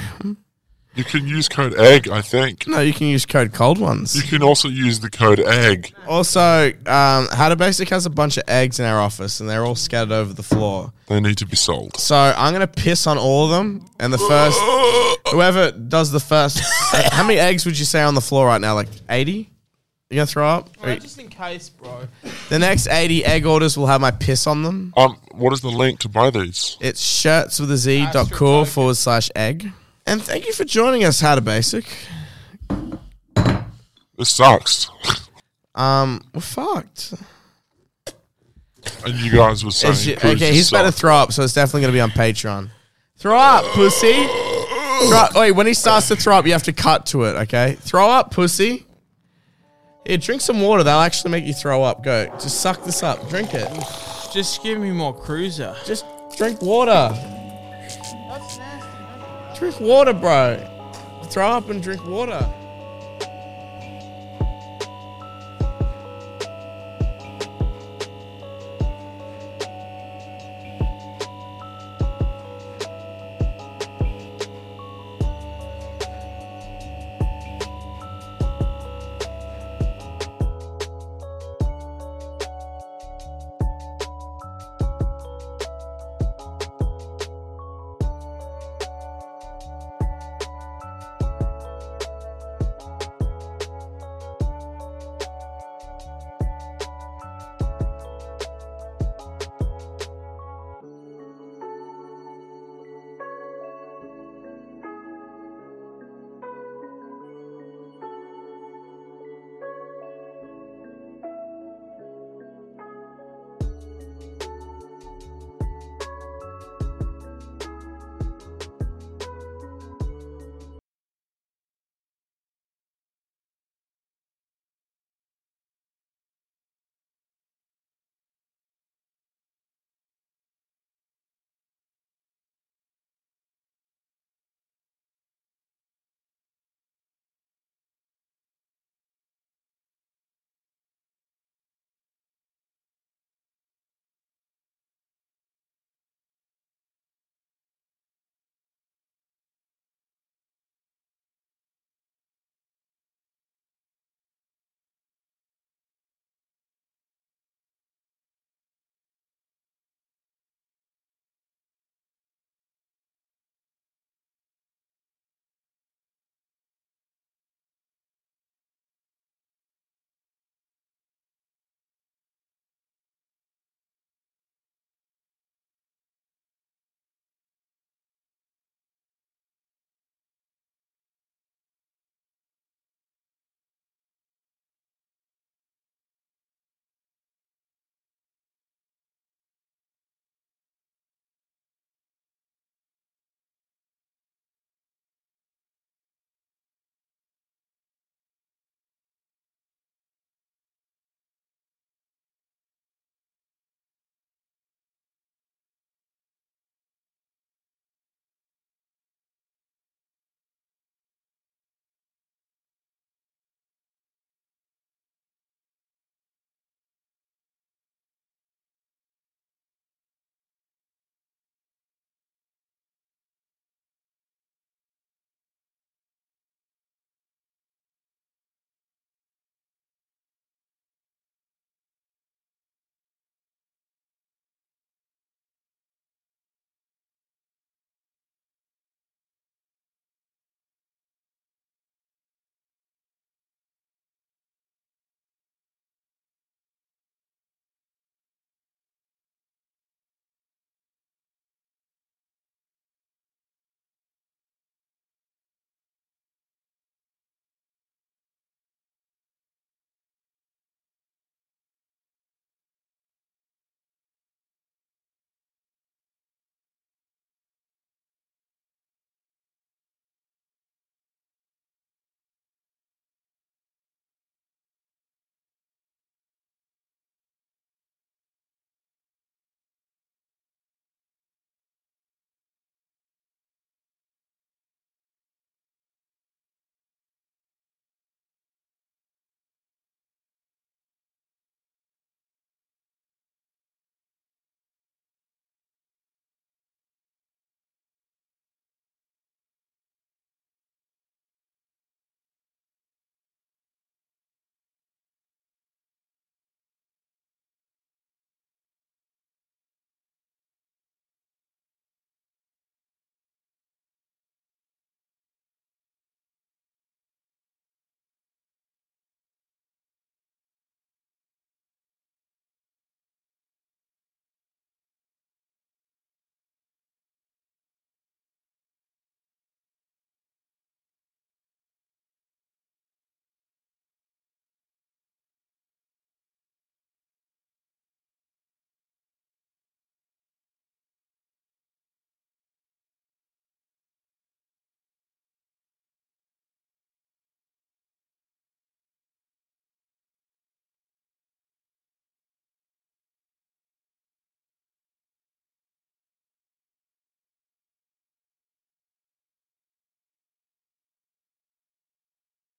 S3: You can use code egg, I think.
S1: No, you can use code Cold Ones.
S3: You can also use the code E egg.
S1: Also, um, How to Basic has a bunch of eggs in our office, and they're all scattered over the floor.
S3: They need to be sold.
S1: So I'm gonna piss on all of them, and the first whoever does the first. Uh, how many eggs would you say on the floor right now? Like eighty? You gonna throw up?
S2: Just in case, bro.
S1: The next eighty egg orders will have my piss on them.
S3: Um, what is the link to buy these?
S1: It's shirts with a Z dot cool forward slash egg. And thank you for joining us, How to Basic.
S3: This sucks.
S1: Um, we're fucked.
S3: And you guys were saying,
S1: It's ju-
S3: cruises
S1: okay, he's
S3: suck.
S1: better throw up, so it's definitely gonna be on Patreon. Throw up, pussy. Throw up. Wait, when he starts to throw up, you have to cut to it. Okay, throw up, pussy. Here, drink some water. That'll actually make you throw up. Go, just suck this up. Drink it.
S2: Just give me more cruiser.
S1: Just drink water. Drink water, bro. Throw up and drink water.